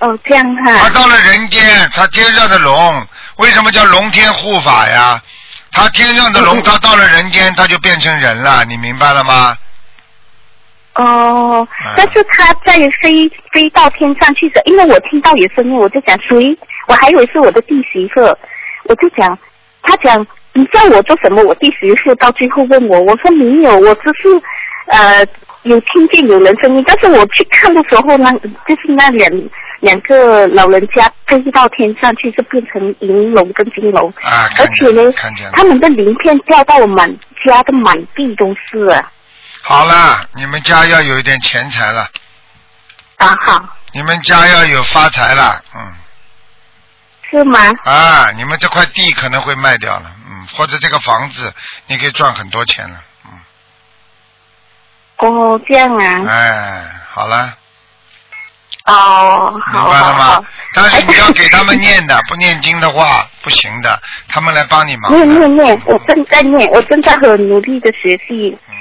[SPEAKER 6] 哦，这样
[SPEAKER 1] 他
[SPEAKER 6] 哈、
[SPEAKER 1] 到了人间，他天上的龙，为什么叫龙天护法呀？他天上的龙，
[SPEAKER 6] 嗯
[SPEAKER 1] 他到了人间，他就变成人了，你明白了吗？
[SPEAKER 6] 哦
[SPEAKER 1] 哎，
[SPEAKER 6] 但是他在飞飞到天上去的，因为我听到有声音，我就讲谁？我还以为是我的弟媳妇，我就讲，他讲你叫我做什么？我弟媳妇到最后问我，我说没有，我只是呃有听见有人声音，但是我去看的时候呢，就是那两两个老人家飞到天上去，就变成银龙跟金龙，
[SPEAKER 1] 啊，
[SPEAKER 6] 而
[SPEAKER 1] 看
[SPEAKER 6] 且
[SPEAKER 1] 见
[SPEAKER 6] 呢
[SPEAKER 1] 了，看见，了。
[SPEAKER 6] 他们的鳞片掉到我满家的满地都是啊，
[SPEAKER 1] 好了，你们家要有一点钱财了，
[SPEAKER 6] 啊好，
[SPEAKER 1] 你们家要有发财了，嗯，
[SPEAKER 6] 是吗？
[SPEAKER 1] 啊，你们这块地可能会卖掉了，嗯，或者这个房子，你可以赚很多钱了，嗯，
[SPEAKER 6] 哦，这样啊，
[SPEAKER 1] 哎，好了，
[SPEAKER 6] 哦，
[SPEAKER 1] 啊明
[SPEAKER 6] 好
[SPEAKER 1] 白了
[SPEAKER 6] 好
[SPEAKER 1] 吗
[SPEAKER 6] 好，？
[SPEAKER 1] 但是你要给他们念的，不念经的话 不行的，他们来帮你忙的。
[SPEAKER 6] 念念念，我正在念，我正在很努力的学习，
[SPEAKER 1] 嗯。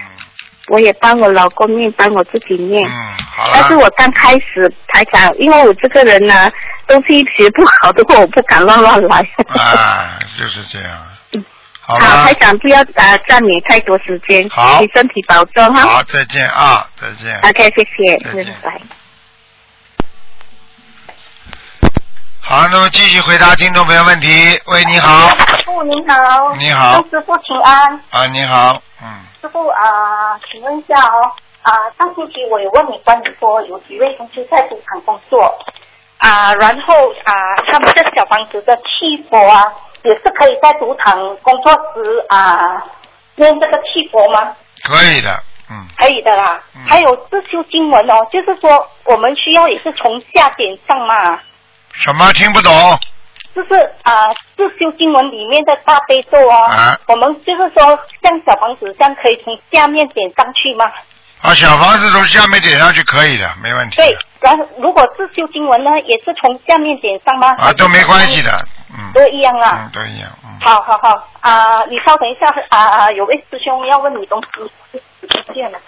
[SPEAKER 6] 我也帮我老公念，帮我自己念。
[SPEAKER 1] 嗯，好了。
[SPEAKER 6] 但是我刚开始台长，因为我这个人呢，东西学不好的话，我不敢乱乱来。
[SPEAKER 1] 啊，就是这样。好
[SPEAKER 6] 嗯好，
[SPEAKER 1] 吧
[SPEAKER 6] 台。长不要呃占你太多时间，
[SPEAKER 1] 好
[SPEAKER 6] 你身体保重哈。
[SPEAKER 1] 好，再见啊，再见。
[SPEAKER 6] OK，谢谢，
[SPEAKER 1] 再
[SPEAKER 6] 拜
[SPEAKER 1] 见
[SPEAKER 6] 拜。
[SPEAKER 1] 好，那么继续回答听众朋友问题。喂，你好，
[SPEAKER 7] 师傅哦您好，
[SPEAKER 1] 你好
[SPEAKER 7] 祝师傅平安。
[SPEAKER 1] 啊，你好，嗯，
[SPEAKER 7] 师傅啊、请问一下哦，啊、上星期我有问你关于说有几位同学在赌场工作啊、然后啊、他们的小房子的气佛啊，也是可以在赌场工作时啊、念这个气佛吗？
[SPEAKER 1] 可以的，嗯，
[SPEAKER 7] 可以的啦。
[SPEAKER 1] 嗯
[SPEAKER 7] 还有自修经文哦，就是说我们需要也是从下点上嘛，
[SPEAKER 1] 什么听不懂？
[SPEAKER 7] 就是啊、自修经文里面的大悲咒哦，
[SPEAKER 1] 啊
[SPEAKER 7] 我们就是说像小房子这样可以从下面点上去吗？
[SPEAKER 1] 啊，小房子从下面点上去可以的，没问题的。
[SPEAKER 7] 对，然后如果自修经文呢，也是从下面点上吗？
[SPEAKER 1] 啊，都没关系，的，嗯，
[SPEAKER 7] 都一样
[SPEAKER 1] 嗯，
[SPEAKER 7] 啊。
[SPEAKER 1] 都一样，嗯，
[SPEAKER 7] 好好好啊、你稍等一下啊、有位师兄要问你东西，不见了。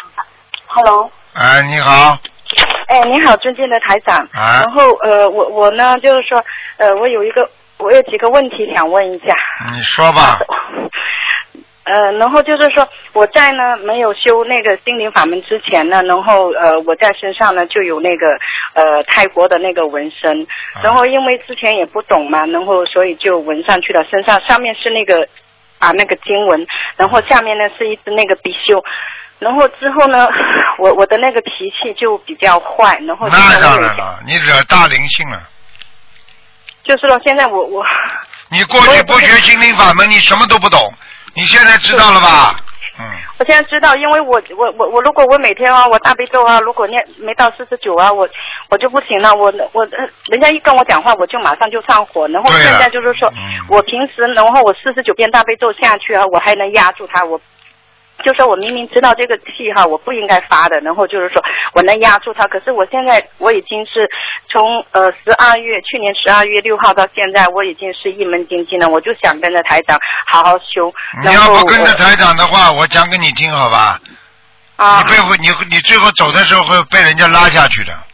[SPEAKER 7] Hello，
[SPEAKER 1] 哎，你好，
[SPEAKER 2] 哎，你好，尊敬的台长。
[SPEAKER 1] 啊
[SPEAKER 2] 然后呃，我我呢，就是说，呃，我有一个，我有几个问题想问一下。
[SPEAKER 1] 你说吧，
[SPEAKER 2] 呃，然后就是说，我在呢没有修那个心灵法门之前呢，然后呃，我在身上呢就有那个呃泰国的那个纹身，
[SPEAKER 1] 啊
[SPEAKER 2] 然后因为之前也不懂嘛，然后所以就纹上去了，身上上面是那个啊那个经文，然后下面呢是一只那个貔貅。然后之后呢， 我我的那个脾气就比较坏，然
[SPEAKER 7] 哦
[SPEAKER 2] 后就
[SPEAKER 1] 那
[SPEAKER 2] 是
[SPEAKER 1] 当
[SPEAKER 2] 有
[SPEAKER 1] 然了，你惹大灵性了。
[SPEAKER 2] 就是说现在我我
[SPEAKER 1] 你过去不学心灵法门，你什么都不懂，你现在知道了吧？嗯，
[SPEAKER 2] 我现在知道，因为我我我我如果我每天啊，我大悲咒啊，如果念没到四十九啊，我我就不行了，我我呃人家一跟我讲话，我就马上就上火，然后
[SPEAKER 1] 对了嗯
[SPEAKER 2] 现在就是说，我平时然后我四十九遍大悲咒下去啊，我还能压住他，我就说我明明知道这个气哈，我不应该发的，然后就是说我能压住它，可是我现在我已经是从呃十二月去年十二月六号到现在，我已经是一门精进了，我就想跟着台长好好修。
[SPEAKER 1] 你
[SPEAKER 2] 然
[SPEAKER 1] 要
[SPEAKER 2] 后
[SPEAKER 1] 不跟着
[SPEAKER 2] 我
[SPEAKER 1] 台长的话，我讲给你听好吧？
[SPEAKER 2] 啊，
[SPEAKER 1] 你被会你你最后走的时候会被人家拉下去的。
[SPEAKER 2] 哎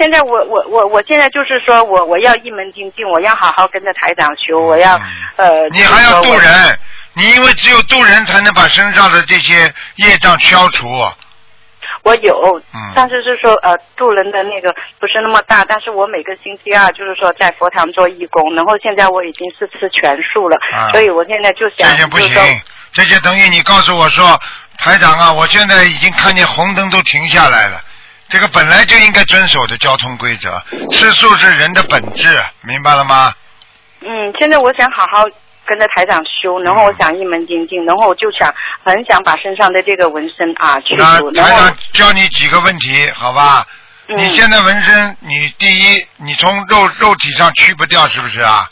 [SPEAKER 2] 现在我我我我现在就是说我我要一门精进，我要好好跟着台长修，我要、呃。
[SPEAKER 1] 嗯你还要
[SPEAKER 2] 就是说
[SPEAKER 1] 渡
[SPEAKER 2] 我。
[SPEAKER 1] 人，你因为只有渡人才能把身上的这些业障消除。
[SPEAKER 2] 我有
[SPEAKER 1] 嗯，
[SPEAKER 2] 但是是说呃渡人的那个不是那么大，但是我每个星期二就是说在佛堂做义工，然后现在我已经是吃全素了，
[SPEAKER 1] 啊
[SPEAKER 2] 所以我现在就
[SPEAKER 1] 这
[SPEAKER 2] 想
[SPEAKER 1] 些不
[SPEAKER 2] 就是说
[SPEAKER 1] 行，这些等于你告诉我说，台长啊，我现在已经看见红灯都停下来了，这个本来就应该遵守的交通规则，吃素是人的本质，明白了吗？
[SPEAKER 2] 嗯，现在我想好好跟着台长
[SPEAKER 1] 嗯
[SPEAKER 2] 修，然后我想一门精进，然后我就想很想把身上的这个纹身啊去
[SPEAKER 1] 那
[SPEAKER 2] 除，然
[SPEAKER 1] 台
[SPEAKER 2] 后
[SPEAKER 1] 长教你几个问题，好吧？
[SPEAKER 2] 嗯
[SPEAKER 1] 你现在纹身，你第一，你从肉肉体上去不掉，是不是啊？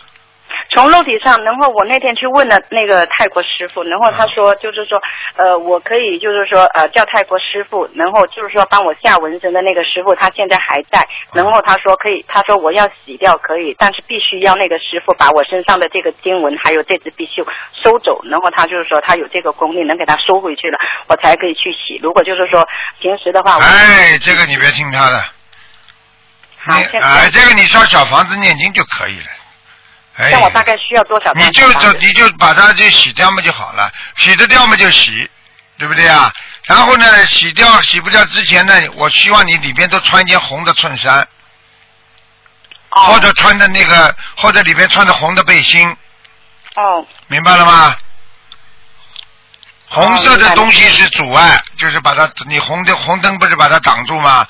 [SPEAKER 2] 从肉体上，然后我那天去问了那个泰国师傅，然后
[SPEAKER 1] 啊
[SPEAKER 2] 他说就是说，呃，我可以就是说呃叫泰国师傅，然后就是说帮我下纹身的那个师傅，他现在还
[SPEAKER 1] 啊
[SPEAKER 2] 在，然后他说可以，他说我要洗掉可以，但是必须要那个师傅把我身上的这个经文还有这只貔貅收走，然后他就是说他有这个功力能给他收回去了，我才可以去洗。如果就是说平时的话，我
[SPEAKER 1] 哎，这个你别听他的，
[SPEAKER 2] 好
[SPEAKER 1] 你
[SPEAKER 2] 现在
[SPEAKER 1] 哎，这个你烧小房子念经就可以了。哎，
[SPEAKER 2] 像我大概需要多少张
[SPEAKER 1] 你
[SPEAKER 2] 小
[SPEAKER 1] 就
[SPEAKER 2] 房
[SPEAKER 1] 走，
[SPEAKER 2] 子？
[SPEAKER 1] 你就把它就洗掉嘛就好了，洗得掉嘛就洗，对不对啊？
[SPEAKER 2] 嗯
[SPEAKER 1] 然后呢，洗掉洗不掉之前呢，我希望你里边都穿一件红的衬衫，或者穿的那个，或者里边穿的红的背心，
[SPEAKER 2] 哦
[SPEAKER 1] 明白了吗？红色
[SPEAKER 2] 明白
[SPEAKER 1] 的
[SPEAKER 2] 了
[SPEAKER 1] 东西是阻碍，就是把它，你红的红灯不是把它挡住吗？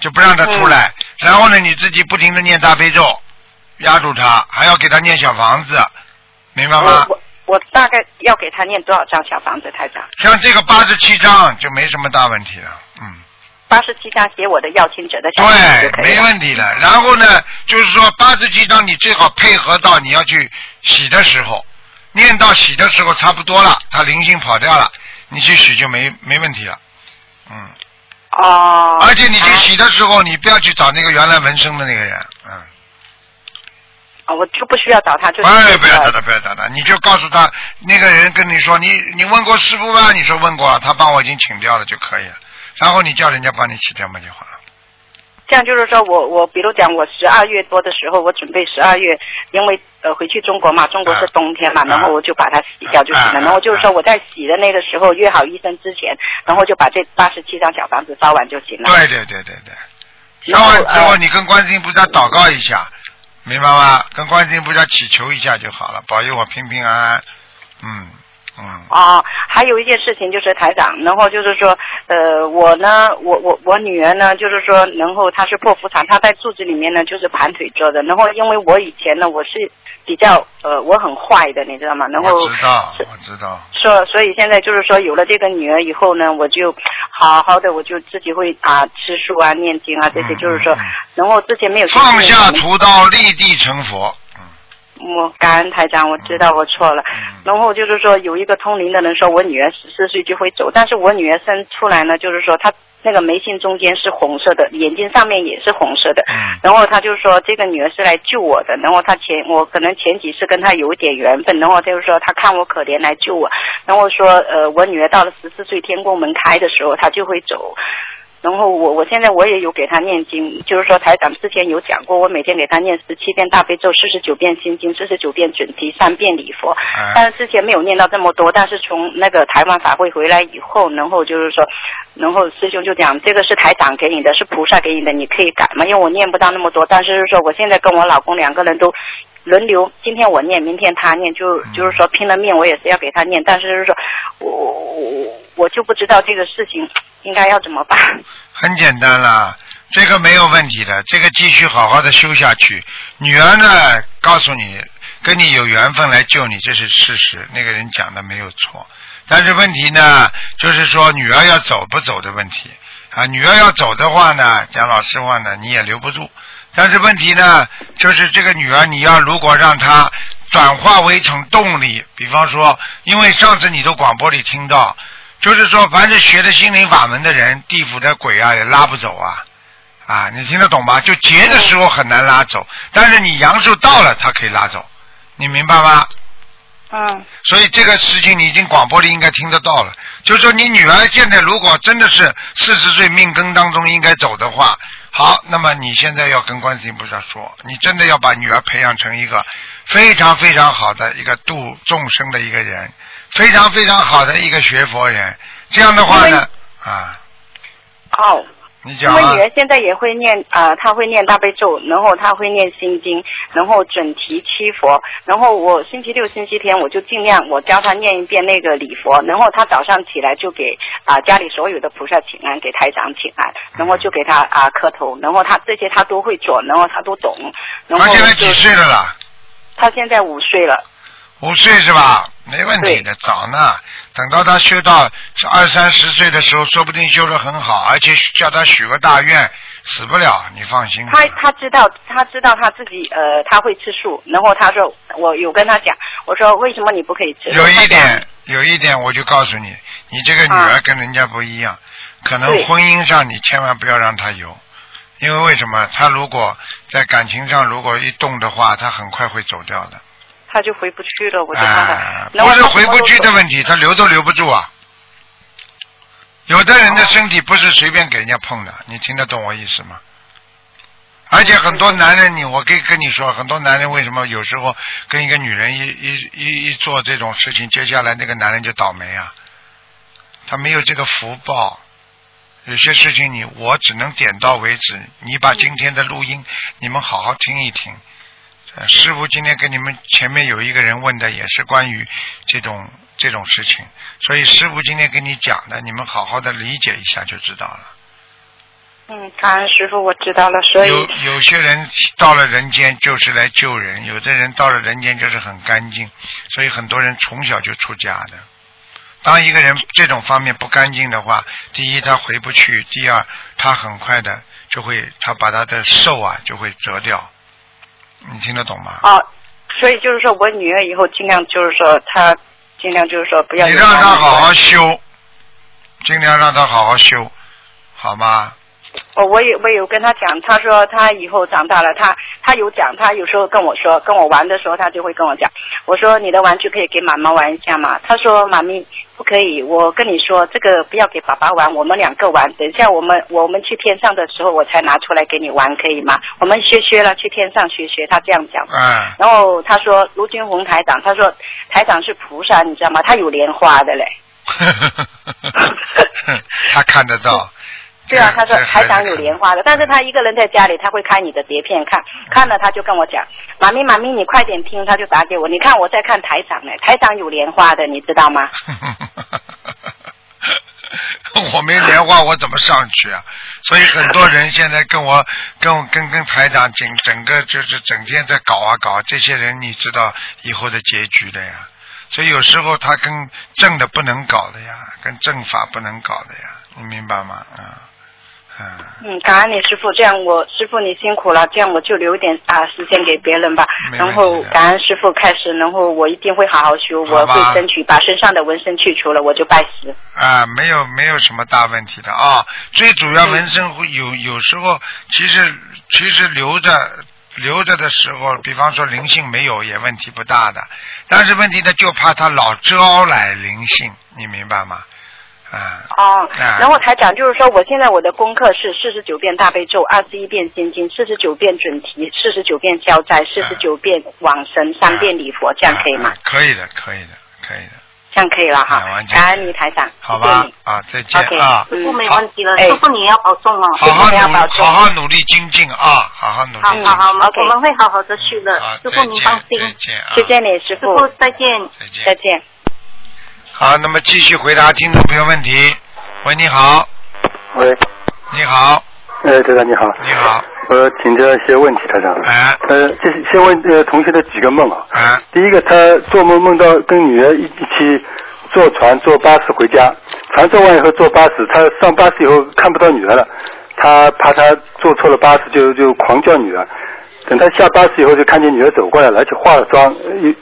[SPEAKER 1] 就不让它出来。
[SPEAKER 2] 嗯
[SPEAKER 1] 然后呢，你自己不停的念大悲咒，压住它，还要给它念小房子，明白吗
[SPEAKER 2] 哦我？我我大概要给他念多少张小房子，台长？
[SPEAKER 1] 像这个八十七章就没什么大问题了，嗯，
[SPEAKER 2] 八十七张写我的要请者的小房子就
[SPEAKER 1] 对，
[SPEAKER 2] 可以
[SPEAKER 1] 没
[SPEAKER 2] 了。
[SPEAKER 1] 问题了。然后呢，就是说八十七章你最好配合到你要去洗的时候，念到洗的时候差不多了，它灵性跑掉了，你去洗就没没问题了，嗯。
[SPEAKER 2] 哦。
[SPEAKER 1] 而且你去洗的时候，你不要去找那个原来纹身的那个人，嗯。
[SPEAKER 2] 啊，我就不需要找他，就是
[SPEAKER 1] 哎，不要打他，不要打他，你就告诉他，那个人跟你说，你你问过师傅吗？你说问过了，他帮我已经请掉了就可以了。然后你叫人家帮你洗掉嘛就好了。
[SPEAKER 2] 这样就是说我我比如讲我十二月多的时候，我准备十二月，因为呃回去中国嘛，中国是冬天嘛，
[SPEAKER 1] 啊
[SPEAKER 2] 然后我就把它洗掉就行了。
[SPEAKER 1] 啊
[SPEAKER 2] 然后就是说
[SPEAKER 1] 啊
[SPEAKER 2] 我在洗的那个时候约好医生之前，然后就把这八十七张小房子烧完就行了。
[SPEAKER 1] 对对对对对，
[SPEAKER 2] 然
[SPEAKER 1] 烧
[SPEAKER 2] 后
[SPEAKER 1] 完之后
[SPEAKER 2] 呃
[SPEAKER 1] 你跟观世音菩萨祷告一下，明白吗？跟观世音菩萨祈求一下就好了，保佑我平平安安。嗯嗯，
[SPEAKER 2] 哦，还有一件事情就是台长，然后就是说，呃，我呢，我我我女儿呢，就是说，然后她是剖腹产，她在肚子里面呢就是盘腿坐着，然后因为我以前呢我是比较呃我很坏的，你知道吗？然后
[SPEAKER 1] 我知道，我知道。
[SPEAKER 2] 说，所以现在就是说，有了这个女儿以后呢，我就好好的，我就自己会啊吃素啊、念经啊这些，
[SPEAKER 1] 嗯
[SPEAKER 2] 就是说
[SPEAKER 1] 嗯嗯，
[SPEAKER 2] 然后之前没有去
[SPEAKER 1] 放下
[SPEAKER 2] 念
[SPEAKER 1] 屠刀，立地成佛。嗯
[SPEAKER 2] 我感恩台长，我知道我错了。
[SPEAKER 1] 嗯
[SPEAKER 2] 然后就是说，有一个通灵的人说我女儿十四岁就会走，但是我女儿生出来呢，就是说她那个眉心中间是红色的，眼睛上面也是红色的。
[SPEAKER 1] 嗯
[SPEAKER 2] 然后他就说这个女儿是来救我的，然后他前我可能前几次跟他有一点缘分，然后就是说他看我可怜来救我，然后说呃我女儿到了十四岁天宫门开的时候，她就会走。然后我我现在我也有给她念经，就是说台长之前有讲过，我每天给她念十七遍大悲咒，四十九遍心经，四十九遍准提，三遍礼佛。但
[SPEAKER 1] 哎，
[SPEAKER 2] 是之前没有念到这么多，但是从那个台湾法会回来以后，然后就是说，然后师兄就讲这个是台长给你的，是菩萨给你的，你可以改嘛，因为我念不到那么多，但是就是说我现在跟我老公两个人都。轮流，今天我念，明天他念，就就是说拼了命，我也是要给他念，但是就是说，我我我就不知道这个事情应该要怎么办。
[SPEAKER 1] 很简单啦，这个没有问题的，这个继续好好的修下去。女儿呢，告诉你，跟你有缘分来救你，这是事实。那个人讲的没有错，但是问题呢，就是说女儿要走不走的问题啊。女儿要走的话呢，讲老实话呢，你也留不住。但是问题呢，就是这个女儿，你要如果让她转化为一种动力，比方说，因为上次你都广播里听到，就是说，凡是学的心灵法门的人，地府的鬼啊也拉不走啊，啊，你听得懂吗？就劫的时候很难拉走，但是你阳寿到了，他可以拉走，你明白吗？
[SPEAKER 2] 嗯，
[SPEAKER 1] 所以这个事情你已经广播里应该听得到了，就是说你女儿现在如果真的是四十岁命根当中应该走的话，好，那么你现在要跟观世音菩萨说，你真的要把女儿培养成一个非常非常好的一个度众生的一个人，非常非常好的一个学佛人，这样的话呢，啊，
[SPEAKER 2] 哦，
[SPEAKER 1] 你
[SPEAKER 2] 因
[SPEAKER 1] 讲
[SPEAKER 2] 为
[SPEAKER 1] 啊
[SPEAKER 2] 女，儿现在也会念啊、呃，她会念大悲咒，然后她会念心经，然后准提七佛，然后我星期六、星期天我就尽量我教她念一遍那个礼佛，然后她早上起来就给啊、家里所有的菩萨请安，给台长请安，然后就给她啊、磕头，然后她这些她都会做，然后她都懂，然后
[SPEAKER 1] 她现在
[SPEAKER 2] 就
[SPEAKER 1] 几岁了啦？
[SPEAKER 2] 她现在五岁了，
[SPEAKER 1] 五岁是吧？没问题的，早呢。等到他修到二三十岁的时候，说不定修得很好，而且叫他许个大愿，死不了，你放心吧。
[SPEAKER 2] 他他知道，他知道他自己呃，他会吃素。然后他说，我有跟他讲，我说为什么你不可以吃？
[SPEAKER 1] 有一
[SPEAKER 2] 他讲
[SPEAKER 1] 点，有一点，我就告诉你，你这个女儿跟人家不一样，可能
[SPEAKER 2] 对
[SPEAKER 1] 婚姻上你千万不要让她有，因为为什么？她如果在感情上如果一动的话，她很快会走掉的。
[SPEAKER 2] 他就回不去了。我就看他，
[SPEAKER 1] 啊，
[SPEAKER 2] 然
[SPEAKER 1] 不
[SPEAKER 2] 后
[SPEAKER 1] 是
[SPEAKER 2] 他
[SPEAKER 1] 回不去的问题，他留都留不住啊。有的人的身体不是随便给人家碰的，你听得懂我意思吗？而且很多男人，你我可以跟你说，很多男人为什么有时候跟一个女人一一一一做这种事情，接下来那个男人就倒霉啊，他没有这个福报。有些事情你我只能点到为止，你把今天的录音你们好好听一听。呃师傅今天跟你们前面有一个人问的也是关于这种这种事情，所以师傅今天跟你讲的，你们好好的理解一下就知道了。
[SPEAKER 2] 嗯，感恩师傅，我知道了。所以
[SPEAKER 1] 有有些人到了人间就是来救人，有的人到了人间就是很干净，所以很多人从小就出家的。当一个人这种方面不干净的话，第一他回不去，第二他很快的就会他把他的寿啊就会折掉，你听得懂吗？
[SPEAKER 7] 哦
[SPEAKER 2] 啊，所以就是说我女儿以后尽量就是说她尽量就是说不要
[SPEAKER 1] 你
[SPEAKER 2] 有
[SPEAKER 1] 让
[SPEAKER 2] 那
[SPEAKER 1] 他
[SPEAKER 2] 种
[SPEAKER 1] 好好修，尽量让他好好修，好吗？
[SPEAKER 2] 哦我我也我有跟他讲，他说他以后长大了，他他有讲，他有时候跟我说，跟我玩的时候，他就会跟我讲，我说你的玩具可以给妈妈玩一下嘛，他说妈咪不可以，我跟你说这个不要给爸爸玩，我们两个玩，等一下我们我们去天上的时候我才拿出来给你玩，可以吗？我们学学了，去天上学学，他这样讲。
[SPEAKER 1] 哎，
[SPEAKER 2] 然后他说卢军红台长，他说台长是菩萨，你知道吗？他有莲花的嘞。
[SPEAKER 1] 他看得到。
[SPEAKER 2] 对啊，
[SPEAKER 1] 这
[SPEAKER 2] 他说
[SPEAKER 1] 这
[SPEAKER 2] 台
[SPEAKER 1] 孩
[SPEAKER 2] 长
[SPEAKER 1] 子
[SPEAKER 2] 有
[SPEAKER 1] 看
[SPEAKER 2] 莲花的，但
[SPEAKER 1] 嗯
[SPEAKER 2] 是他一个人在家里，他会开你的碟片看，看了他就跟我讲，妈咪妈咪，你快点听，
[SPEAKER 7] 嗯
[SPEAKER 2] 他就打给我，你看我在看台长呢，台长有莲花的，你知道吗？
[SPEAKER 1] 我没莲花，我怎么上去啊？所以很多人现在跟我、跟我、跟跟台长整整个就是整天在搞啊搞啊，这些人你知道以后的结局的呀。所以有时候他跟正的不能搞的呀，跟正法不能搞的呀，你明白吗？啊、啊、
[SPEAKER 2] 嗯，感恩你师傅，这样我师傅你辛苦了，这样我就留一点啊时间给别人吧。
[SPEAKER 1] 没问
[SPEAKER 2] 然
[SPEAKER 1] 题的
[SPEAKER 2] 后感恩师傅开始，然后我一定会好好修，
[SPEAKER 1] 好
[SPEAKER 2] 我
[SPEAKER 1] 吧
[SPEAKER 2] 会争取把身上的纹身去除了，我就拜师。
[SPEAKER 1] 啊，没有没有什么大问题的啊。最主要纹身会
[SPEAKER 2] 嗯
[SPEAKER 1] 有有时候，其实其实留着留着的时候，比方说灵性没有也问题不大的，但是问题呢就怕它老招来灵性，你明白吗？啊，
[SPEAKER 2] 哦，
[SPEAKER 1] 啊
[SPEAKER 2] 然后台长就是说，我现在我的功课是四十九遍大悲咒，二十一遍心经，四十九遍准提，四十九遍消灾，四十九遍往生，三遍礼佛，这样可以
[SPEAKER 1] 啊？
[SPEAKER 2] 吗
[SPEAKER 1] 可以的，可以的，可以的，
[SPEAKER 2] 这样可以了哈
[SPEAKER 1] 啊完。全
[SPEAKER 2] 感恩你台长，
[SPEAKER 1] 好
[SPEAKER 2] 谢
[SPEAKER 1] 吧
[SPEAKER 2] 谢你？
[SPEAKER 1] 啊，再见
[SPEAKER 2] OK，
[SPEAKER 1] 啊，
[SPEAKER 7] 师傅
[SPEAKER 2] 嗯
[SPEAKER 7] 没问题了，
[SPEAKER 2] 哎
[SPEAKER 7] 师傅你要保重哦。
[SPEAKER 1] 好好
[SPEAKER 2] 我们要
[SPEAKER 1] 努
[SPEAKER 2] 保重
[SPEAKER 1] 好好努力精进啊，好好努力
[SPEAKER 7] 好
[SPEAKER 1] 精进。
[SPEAKER 7] 好好，我们
[SPEAKER 2] 嗯 OK 嗯
[SPEAKER 7] 我们会好好的去的
[SPEAKER 1] 啊，
[SPEAKER 7] 师
[SPEAKER 1] 再
[SPEAKER 7] 傅您放
[SPEAKER 1] 见，
[SPEAKER 7] 心。
[SPEAKER 1] 再见啊，
[SPEAKER 2] 谢谢你师
[SPEAKER 7] 师
[SPEAKER 2] 傅，
[SPEAKER 7] 傅再见。
[SPEAKER 1] 再见，
[SPEAKER 2] 再见。
[SPEAKER 1] 好，那么继续回答听众朋友问题。喂，你好，
[SPEAKER 8] 喂，
[SPEAKER 1] 你好，
[SPEAKER 8] 呃，台长你好，
[SPEAKER 1] 你好，
[SPEAKER 8] 我请教一些问题，台长。
[SPEAKER 1] 哎
[SPEAKER 8] 呃，这是先问呃同学的几个梦啊。
[SPEAKER 1] 哎
[SPEAKER 8] 第一个，他做梦梦到跟女儿一一起坐船坐巴士回家，船坐完以后坐巴士，他上巴士以后看不到女儿了，他怕他坐错了巴士就就狂叫女儿，等他下巴士以后就看见女儿走过来了，而且化了妆，呃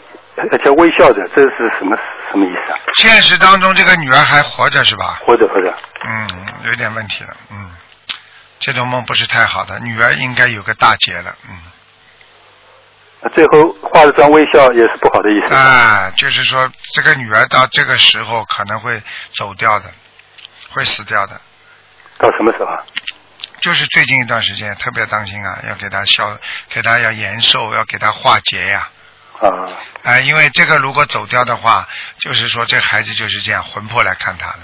[SPEAKER 8] 而且微笑着，这是什么什么意思啊？
[SPEAKER 1] 现实当中这个女儿还活着是吧？
[SPEAKER 8] 活着活着，
[SPEAKER 1] 嗯，有点问题了，嗯，这种梦不是太好的，女儿应该有个大劫了，嗯。
[SPEAKER 8] 最后化了妆微笑也是不好的意思。
[SPEAKER 1] 啊，就是说这个女儿到这个时候可能会走掉的，会死掉的。
[SPEAKER 8] 到什么时候啊？
[SPEAKER 1] 就是最近一段时间特别当心啊，要给她消，给她要延寿，要给她化解呀、
[SPEAKER 8] 啊，
[SPEAKER 1] 啊。因为这个如果走掉的话，就是说这孩子就是这样魂魄来看他的。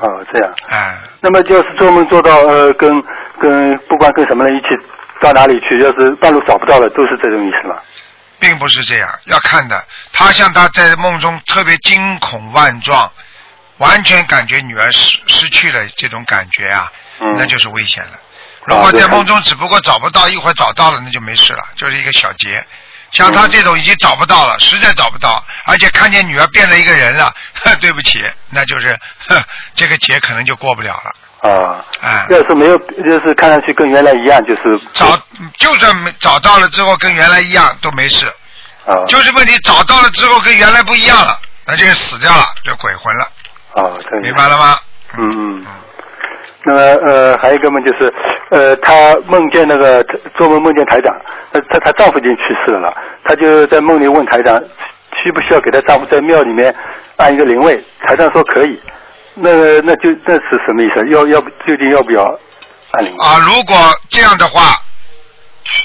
[SPEAKER 8] 哦，这样。
[SPEAKER 1] 哎，
[SPEAKER 8] 那么就是做梦做到呃，跟跟不管跟什么人一起到哪里去，要是半路找不到了，都是这种意思吗？
[SPEAKER 1] 并不是这样，要看的。他像他在梦中特别惊恐万状，完全感觉女儿失失去了这种感觉啊，那就是危险了。如果在梦中只不过找不到，一会儿找到了，那就没事了，就是一个小劫。像他这种已经找不到了，实在找不到，而且看见女儿变了一个人了， 呵对不起，那就是 呵这个劫可能就过不了了。
[SPEAKER 8] 啊，
[SPEAKER 1] 哎
[SPEAKER 8] 要是没有，就是看上去跟原来一样，就是
[SPEAKER 1] 找就算没找到了之后跟原来一样都没事，
[SPEAKER 8] 啊
[SPEAKER 1] 就是问题找到了之后跟原来不一样了，那这个死掉了，就鬼魂了，
[SPEAKER 8] 啊，这样
[SPEAKER 1] 明白了吗？
[SPEAKER 8] 嗯嗯。
[SPEAKER 1] 啊
[SPEAKER 8] 那么呃，还有一个梦就是，呃，她梦见那个做梦梦见台长，呃，她她丈夫已经去世了，她就在梦里问台长，需不需要给她丈夫在庙里面按一个灵位？台长说可以，那那就那是什么意思？要要不究竟要不要按灵位？
[SPEAKER 1] 啊，如果这样的话，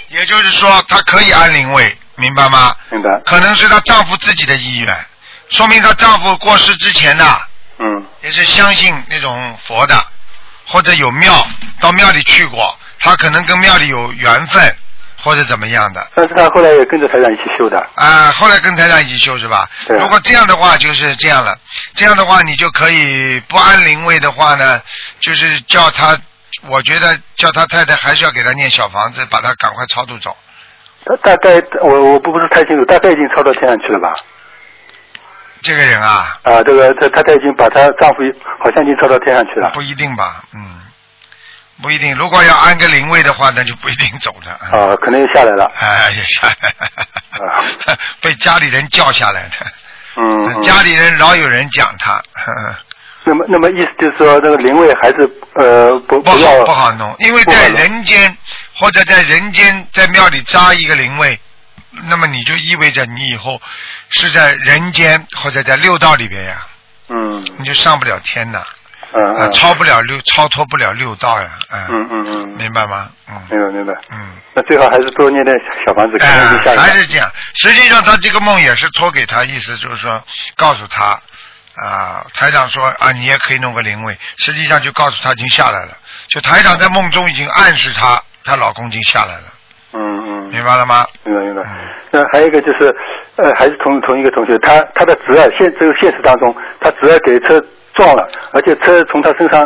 [SPEAKER 1] 也就是说她可以安灵位，明白吗？
[SPEAKER 8] 明白？
[SPEAKER 1] 可能是她丈夫自己的意愿，说明她丈夫过世之前呢、
[SPEAKER 8] 嗯，
[SPEAKER 1] 也是相信那种佛的，或者有庙，到庙里去过，她可能跟庙里有缘分，或者怎么样的。
[SPEAKER 8] 但是她后来也跟着台长一起修的，
[SPEAKER 1] 啊，后来跟台长一起修是吧？
[SPEAKER 8] 对
[SPEAKER 1] 如果这样的话，就是这样了。这样的话，你就可以不安灵位的话呢，就是叫他，我觉得叫他太太还是要给他念小房子，把他赶快超度走。
[SPEAKER 8] 她大概我我不不是太清楚，大概已经超到天上去了吧？
[SPEAKER 1] 这个人啊，
[SPEAKER 8] 啊，这个她她她已经把她丈夫好像已经超到天上去了。
[SPEAKER 1] 不一定吧，嗯，不一定。如果要安个灵位的话，那就不一定走的。嗯
[SPEAKER 8] 啊，可能又下来了。
[SPEAKER 1] 哎，也是， 被家里人叫下来的，
[SPEAKER 8] 嗯，啊嗯
[SPEAKER 1] 家里人老有人讲他，呵呵
[SPEAKER 8] 那么，那么意思就是说，这个灵位还是呃不
[SPEAKER 1] 不好
[SPEAKER 8] 要
[SPEAKER 1] 不好弄，因为在人间或者在人间在庙里扎一个灵位，那么你就意味着你以后是在人间或者在六道里边呀，
[SPEAKER 8] 嗯
[SPEAKER 1] 你就上不了天呐，
[SPEAKER 8] 嗯
[SPEAKER 1] 啊，
[SPEAKER 8] 嗯
[SPEAKER 1] 超不了六超脱不了六道呀，啊，
[SPEAKER 8] 嗯嗯嗯，
[SPEAKER 1] 明白吗？嗯，
[SPEAKER 8] 明白明白。
[SPEAKER 1] 嗯，
[SPEAKER 8] 那最好还是多念点小房子，可能就下
[SPEAKER 1] 哎，还
[SPEAKER 8] 来了。
[SPEAKER 1] 是这样。实际上他这个梦也是托给他，意思就是说告诉他。啊，台长说啊，你也可以弄个灵位，实际上就告诉他已经下来了。就台长在梦中已经暗示他，她老公已经下来了。
[SPEAKER 8] 嗯嗯，
[SPEAKER 1] 明白嗯了吗？
[SPEAKER 8] 明白明白。那还有一个就是，呃，还是同同一个同学，他他的侄儿现这个现实当中，他侄儿给车撞了，而且车从他身上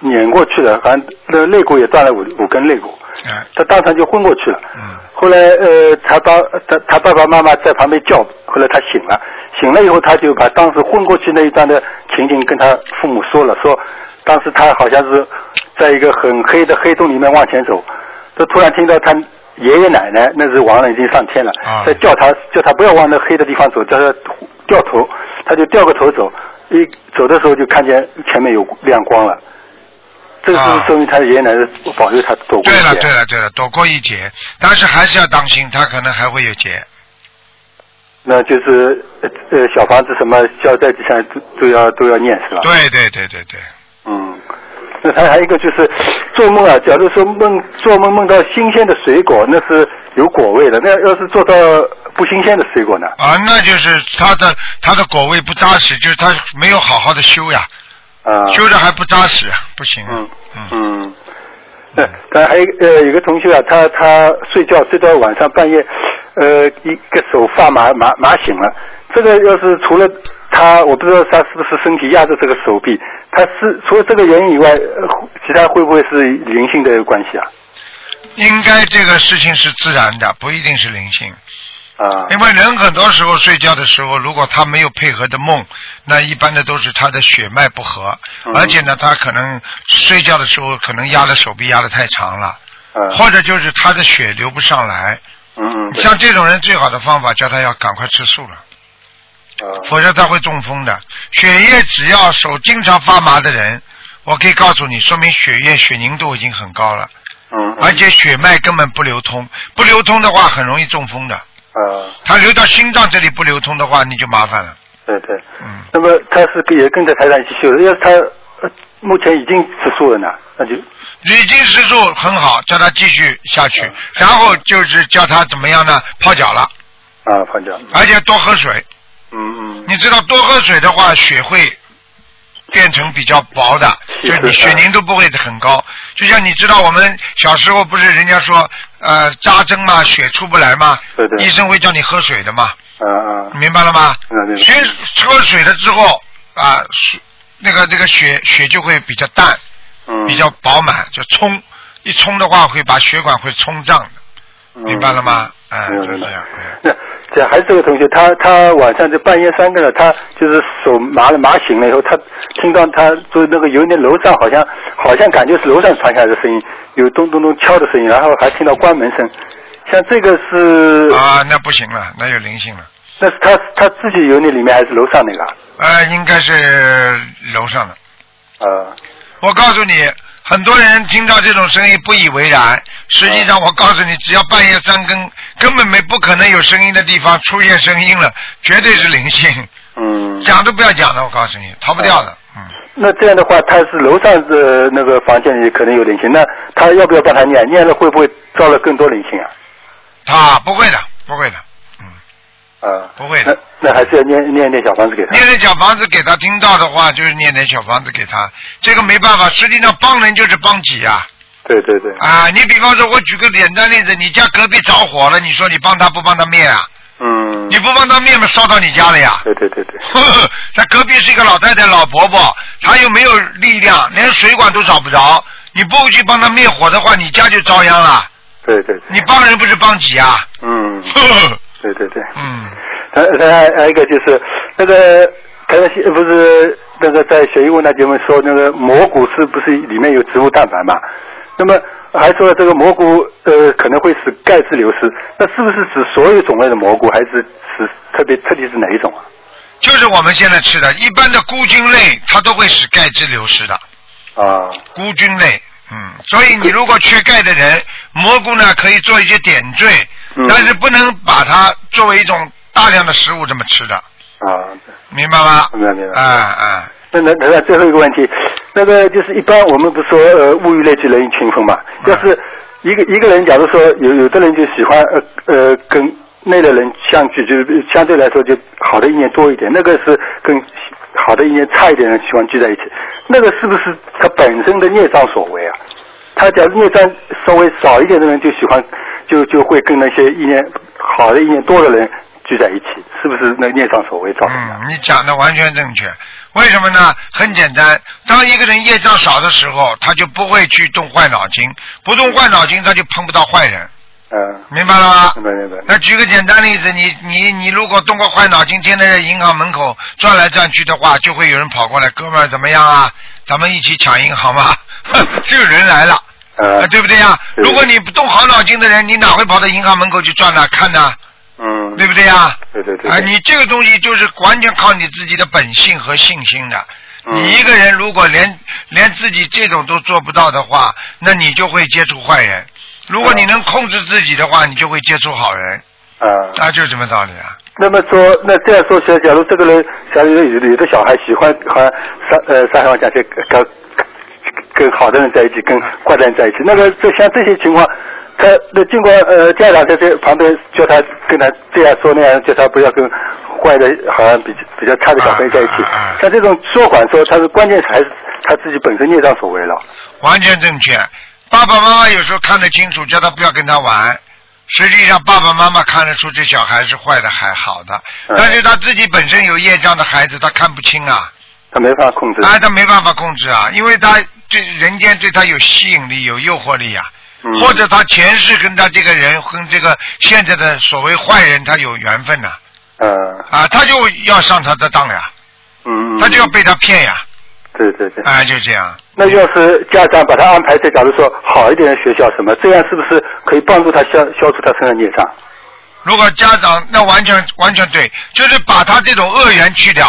[SPEAKER 8] 碾过去了，好像那肋骨也断了五五根肋骨。
[SPEAKER 1] 哎，嗯
[SPEAKER 8] 他当场就昏过去了。后来呃，他爸他他爸爸妈妈在旁边叫，后来他醒了，醒了以后他就把当时昏过去那一段的情景跟他父母说了，说当时他好像是在一个很黑的黑洞里面往前走，就突然听到他。爷爷奶奶那是亡了，已经上天了，
[SPEAKER 1] 啊
[SPEAKER 8] 在叫他叫他不要往那黑的地方走，叫他掉头，他就掉个头走，一走的时候就看见前面有亮光了，这个就是说明他爷爷奶奶保佑他走过一
[SPEAKER 1] 对了
[SPEAKER 8] 劫
[SPEAKER 1] 对了对了，躲过一劫，但是还是要当心，他可能还会有劫。
[SPEAKER 8] 那就是呃呃小房子什么消灾吉祥都都要都要念是吧？
[SPEAKER 1] 对对对对对，
[SPEAKER 8] 嗯，那还还有一个就是做梦啊，假如说梦做梦梦到新鲜的水果，那是有果味的。那要是做到不新鲜的水果呢？
[SPEAKER 1] 啊，那就是他的他的果位不扎实，就是他没有好好的修呀，
[SPEAKER 8] 啊，
[SPEAKER 1] 修的还不扎实，啊不行。
[SPEAKER 8] 嗯嗯。那但还有一个呃，有个同学啊，他他睡觉睡到晚上半夜，呃，一个手发麻麻麻醒了。这个要是除了他，我不知道他是不是身体压着这个手臂，他是除了这个原因以外，呃其他会不会是灵性的关系啊？
[SPEAKER 1] 应该这个事情是自然的，不一定是灵性。
[SPEAKER 8] 啊，
[SPEAKER 1] 因为人很多时候睡觉的时候，如果他没有配合的梦，那一般的都是他的血脉不和，
[SPEAKER 8] 嗯
[SPEAKER 1] 而且呢，他可能睡觉的时候可能压的手臂压的太长了，
[SPEAKER 8] 嗯
[SPEAKER 1] 或者就是他的血流不上来。
[SPEAKER 8] 嗯嗯，对
[SPEAKER 1] 像这种人，最好的方法叫他要赶快吃素了，
[SPEAKER 8] 啊
[SPEAKER 1] 否则他会中风的。血液只要手经常发麻的人，我可以告诉你，说明血液血凝度已经很高了，
[SPEAKER 8] 嗯，嗯
[SPEAKER 1] 而且血脉根本不流通，不流通的话很容易中风的。
[SPEAKER 8] 啊，
[SPEAKER 1] 它流到心脏这里不流通的话，你就麻烦了。
[SPEAKER 8] 对对，
[SPEAKER 1] 嗯，
[SPEAKER 8] 那么他是跟也跟着台长一起修的，要是他呃目前已经吃素了呢，那就
[SPEAKER 1] 已经吃素很好，叫他继续下去，然后就是叫他怎么样呢？泡脚了，
[SPEAKER 8] 啊，放假，
[SPEAKER 1] 而且多喝水。
[SPEAKER 8] 嗯嗯
[SPEAKER 1] 你知道多喝水的话，血会变成比较薄的，
[SPEAKER 8] 是
[SPEAKER 1] 就是你
[SPEAKER 8] 的
[SPEAKER 1] 血凝度不会很高。就像你知道我们小时候不是人家说呃扎针嘛，血出不来嘛
[SPEAKER 8] 对，对
[SPEAKER 1] 医生会叫你喝水的嘛，
[SPEAKER 8] 啊啊，
[SPEAKER 1] 明白了吗？
[SPEAKER 8] 明白明白
[SPEAKER 1] 血喝水了之后啊，水那个那个血血就会比较淡。
[SPEAKER 8] 嗯，
[SPEAKER 1] 比较饱满，就冲一冲的话会把血管会冲胀的，
[SPEAKER 8] 嗯
[SPEAKER 1] 明白了？吗？哎，
[SPEAKER 8] 明白
[SPEAKER 1] 就是
[SPEAKER 8] 明
[SPEAKER 1] 这
[SPEAKER 8] 白
[SPEAKER 1] 样。哎
[SPEAKER 8] 那这还是这个同学，他他晚上就半夜三更了，他就是手麻了麻醒了以后，他听到他就那个有点楼上好像好像感觉是楼上传下来的声音，有咚咚咚敲的声音，然后还听到关门声，像这个是、
[SPEAKER 1] 啊，那不行了，那有灵性了。
[SPEAKER 8] 那是他他自己有那里面还是楼上那个啊？
[SPEAKER 1] 呃，应该是楼上的。
[SPEAKER 8] 啊
[SPEAKER 1] 我告诉你，很多人听到这种声音不以为然，实际
[SPEAKER 8] 嗯
[SPEAKER 1] 上我告诉你，只要半夜三更，根本没不可能有声音的地方出现声音了，绝对是灵性，
[SPEAKER 8] 嗯，
[SPEAKER 1] 讲都不要讲了，我告诉你，逃不掉的。嗯，
[SPEAKER 8] 那这样的话，他是楼上的那个房间里可能有灵性，那他要不要帮他念？念了会不会招了更多灵性啊？
[SPEAKER 1] 他啊不会的，不会的。嗯。
[SPEAKER 8] 啊，
[SPEAKER 1] 不会的
[SPEAKER 8] 那那还是要念念念小房子给他。
[SPEAKER 1] 念点小房子给他听到的话，就是念点小房子给他，这个没办法。实际上帮人就是帮己啊
[SPEAKER 8] 对对对，
[SPEAKER 1] 啊！你比方说，我举个简单例子，你家隔壁着火了，你说你帮他不帮他灭啊？
[SPEAKER 8] 嗯
[SPEAKER 1] 你，不帮他灭嘛，烧到你家了呀。
[SPEAKER 8] 对对对对，
[SPEAKER 1] 呵呵，他隔壁是一个老太太、老婆婆，她又没有力量，连水管都找不着。你不去帮他灭火的话，你家就遭殃了。
[SPEAKER 8] 对对对，
[SPEAKER 1] 你帮人不是帮己啊？
[SPEAKER 8] 嗯，
[SPEAKER 1] 呵呵，
[SPEAKER 8] 对对对。
[SPEAKER 1] 嗯，
[SPEAKER 8] 还还还有一个就是那个台湾不是那个在学医问答节目说那个蘑菇是不是里面有植物蛋白嘛？那么还说这个蘑菇呃可能会使钙质流失，那是不是指所有种类的蘑菇，还是指特别特地是哪一种啊？
[SPEAKER 1] 就是我们现在吃的，一般的菇菌类，它都会使钙质流失的。
[SPEAKER 8] 啊，
[SPEAKER 1] 菇菌类。嗯，所以你如果缺钙的人，蘑菇呢可以做一些点缀，
[SPEAKER 8] 嗯
[SPEAKER 1] 但是不能把它作为一种大量的食物这么吃的，
[SPEAKER 8] 啊，
[SPEAKER 1] 明白吗？
[SPEAKER 8] 明白明白
[SPEAKER 1] 啊啊，
[SPEAKER 8] 那那那最后一个问题，那个就是一般我们不是说呃物以类聚，人以群分嘛。
[SPEAKER 1] 嗯
[SPEAKER 8] 要是一个一个人，假如说有有的人就喜欢呃呃跟那的人相聚，就是相对来说就好的一面多一点，那个是跟好的一面差一点的人喜欢聚在一起，那个是不是他本身的孽障所为啊？他假如孽障稍微少一点的人就喜欢就就会跟那些意念好的意念多的人聚在一起，是不是那孽障所为造成的？
[SPEAKER 1] 嗯，你讲的完全正确。为什么呢？很简单，当一个人业障少的时候，他就不会去动坏脑筋，不动坏脑筋，他就碰不到坏人，
[SPEAKER 8] 嗯，
[SPEAKER 1] 明白了吗？
[SPEAKER 8] 明白明白。
[SPEAKER 1] 那举个简单例子，你你你如果动过坏脑筋，天天在银行门口转来转去的话，就会有人跑过来，哥们儿怎么样啊？咱们一起抢银行 吧。这个人来了，
[SPEAKER 8] 呃
[SPEAKER 1] 啊，对不对呀、
[SPEAKER 8] 对
[SPEAKER 1] 如果你不动好脑筋的人，你哪会跑到银行门口去转呢、看呢、
[SPEAKER 8] 嗯，
[SPEAKER 1] 对不对呀、
[SPEAKER 8] 对对对对
[SPEAKER 1] 啊，你这个东西就是完全靠你自己的本性和信心的。
[SPEAKER 8] 嗯
[SPEAKER 1] 你一个人如果连连自己这种都做不到的话，那你就会接触坏人。如果你能控制自己的话，你就会接触好人。
[SPEAKER 8] 啊，
[SPEAKER 1] 啊，就是这么道理啊。
[SPEAKER 8] 那么说，那这样说起来，假如这个人，假如有有的小孩喜欢好像三呃三好讲些跟跟好的人在一起，跟坏的人在一起，那个这像这些情况，他那经过呃家长在这旁边叫他跟他这样说那样，叫他不要跟坏的好像比比较差的小朋友在一起
[SPEAKER 1] 啊啊啊，
[SPEAKER 8] 像这种说法说，他是关键还是他自己本身孽障所为了，
[SPEAKER 1] 完全正确。爸爸妈妈有时候看得清楚，叫他不要跟他玩。实际上，爸爸妈妈看得出这小孩是坏的还好的，
[SPEAKER 8] 嗯
[SPEAKER 1] 但是他自己本身有业障的孩子，他看不清啊，哎
[SPEAKER 8] 他没办法控制。
[SPEAKER 1] 啊，他没办法控制啊，因为他对人间对他有吸引力、有诱惑力啊，
[SPEAKER 8] 嗯
[SPEAKER 1] 或者他前世跟他这个人跟这个现在的所谓坏人他有缘分呐、
[SPEAKER 8] 嗯
[SPEAKER 1] 啊，他就要上他的当呀，
[SPEAKER 8] 嗯，
[SPEAKER 1] 他就要被他骗呀，
[SPEAKER 8] 对对对。
[SPEAKER 1] 啊，就这样。
[SPEAKER 8] 那要是家长把他安排在，假如说好一点的学校什么，这样是不是可以帮助他消消除他身上孽障？
[SPEAKER 1] 如果家长那完全完全对，就是把他这种恶缘去掉，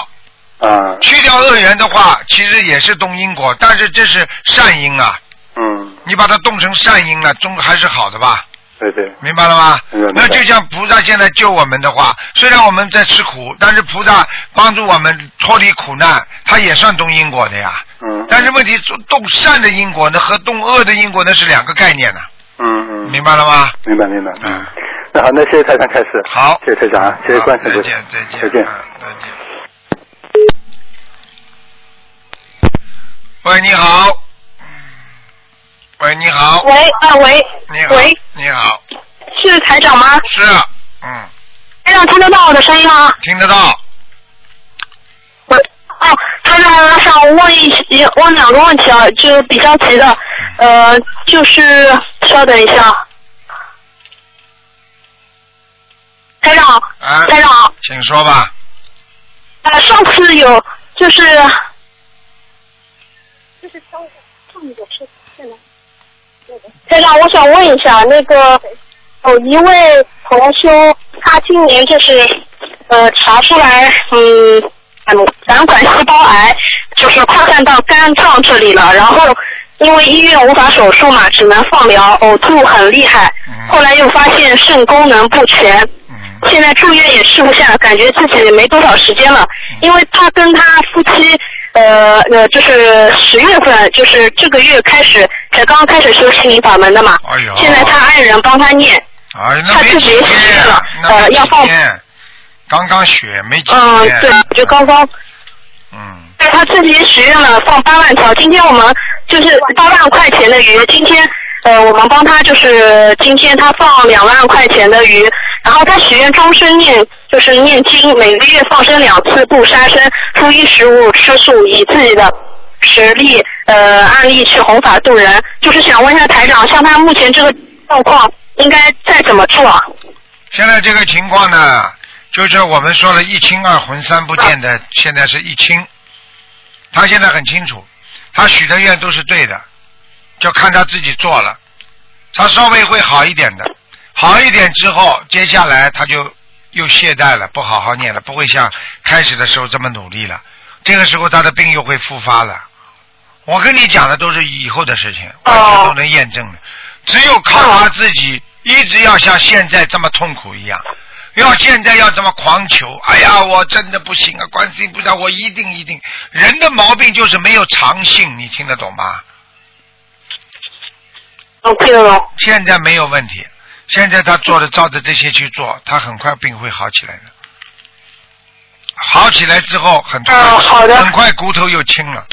[SPEAKER 8] 啊，
[SPEAKER 1] 去掉恶缘的话，其实也是动因果，但是这是善因啊，
[SPEAKER 8] 嗯，
[SPEAKER 1] 你把它动成善因了，终还是好的吧？
[SPEAKER 8] 对对，
[SPEAKER 1] 明白了吗
[SPEAKER 8] 明白明？白
[SPEAKER 1] 那就像菩萨现在救我们的话，虽然我们在吃苦，但是菩萨帮助我们脱离苦难，他也算动因果的呀。
[SPEAKER 8] 嗯，
[SPEAKER 1] 但是问题，动善的因果呢和动恶的因果呢是两个概念呢、啊
[SPEAKER 8] 嗯嗯，
[SPEAKER 1] 明白了吗？
[SPEAKER 8] 明白明白。
[SPEAKER 1] 嗯，
[SPEAKER 8] 那好，那谢谢台长开始。
[SPEAKER 1] 好，
[SPEAKER 8] 谢谢台长啊，谢谢
[SPEAKER 1] 好
[SPEAKER 8] 观世
[SPEAKER 1] 再
[SPEAKER 8] 菩萨
[SPEAKER 1] 见，再见，
[SPEAKER 8] 再见
[SPEAKER 1] 嗯。再见。喂，你好。喂，你好，
[SPEAKER 6] 喂啊喂
[SPEAKER 1] 你好，
[SPEAKER 6] 喂，
[SPEAKER 1] 你好，
[SPEAKER 6] 是台长吗？
[SPEAKER 1] 是，嗯，
[SPEAKER 6] 台长听得到我的声音吗？
[SPEAKER 1] 听得到，
[SPEAKER 6] 我哦，台长，我想问一些问两个问题啊，就是比较急的，呃，就是稍等一下，台长，
[SPEAKER 1] 啊，
[SPEAKER 6] 台长，
[SPEAKER 1] 请说吧，
[SPEAKER 6] 呃，上次有就是
[SPEAKER 9] 就是稍微注意的事情呢。
[SPEAKER 6] 台长，我想问一下，那个有一位同修，他今年就是呃查出来嗯嗯胆管细胞癌，就是扩散到肝脏这里了，然后因为医院无法手术嘛，只能放疗，呕吐很厉害，后来又发现肾功能不全。
[SPEAKER 1] 嗯
[SPEAKER 6] 现在住院也吃不下，感觉自己没多少时间了，因为他跟他夫妻，呃呃，就是十月份，就是这个月开始才刚刚开始修心灵法门的嘛。
[SPEAKER 1] 哎呦
[SPEAKER 6] 现在他爱人帮他念，
[SPEAKER 1] 哎，那
[SPEAKER 6] 他
[SPEAKER 1] 没
[SPEAKER 6] 自
[SPEAKER 1] 几
[SPEAKER 6] 己
[SPEAKER 1] 天
[SPEAKER 6] 学了，
[SPEAKER 1] 那
[SPEAKER 6] 呃
[SPEAKER 1] 没
[SPEAKER 6] 要
[SPEAKER 1] 几
[SPEAKER 6] 放
[SPEAKER 1] 天，刚刚学，没几
[SPEAKER 6] 嗯，
[SPEAKER 1] 天，
[SPEAKER 6] 对，就刚刚
[SPEAKER 1] 嗯，
[SPEAKER 6] 对呃他自己许愿了放八万条，今天我们就是八万块钱的鱼，今天呃我们帮他就是今天他放两万块钱的鱼，然后他许愿终身念就是念经，每个月放生两次，不杀生，初一十五吃素，以自己的实力呃案例去弘法度人，就是想问一下台长，像他目前这个状况应该再怎么做啊？
[SPEAKER 1] 现在这个情况呢，就是我们说了一清二浑三不见的，现在是一清，他现在很清楚，他许的愿都是对的，就看他自己做了，他稍微会好一点的，好一点之后，接下来他就又懈怠了，不好好念了，不会像开始的时候这么努力了，这个时候他的病又会复发了。我跟你讲的都是以后的事情，完全都能验证的。只有靠他自己，一直要像现在这么痛苦一样，要现在要这么狂求。哎呀，我真的不行啊！观世音菩萨，我一定一定。人的毛病就是没有长性，你听得懂吗？
[SPEAKER 6] 我听得懂。
[SPEAKER 1] 现在没有问题，现在他做的照着这些去做，他很快病会好起来的。好起来之后，很快、
[SPEAKER 6] 嗯好的
[SPEAKER 1] 很快骨头又轻了，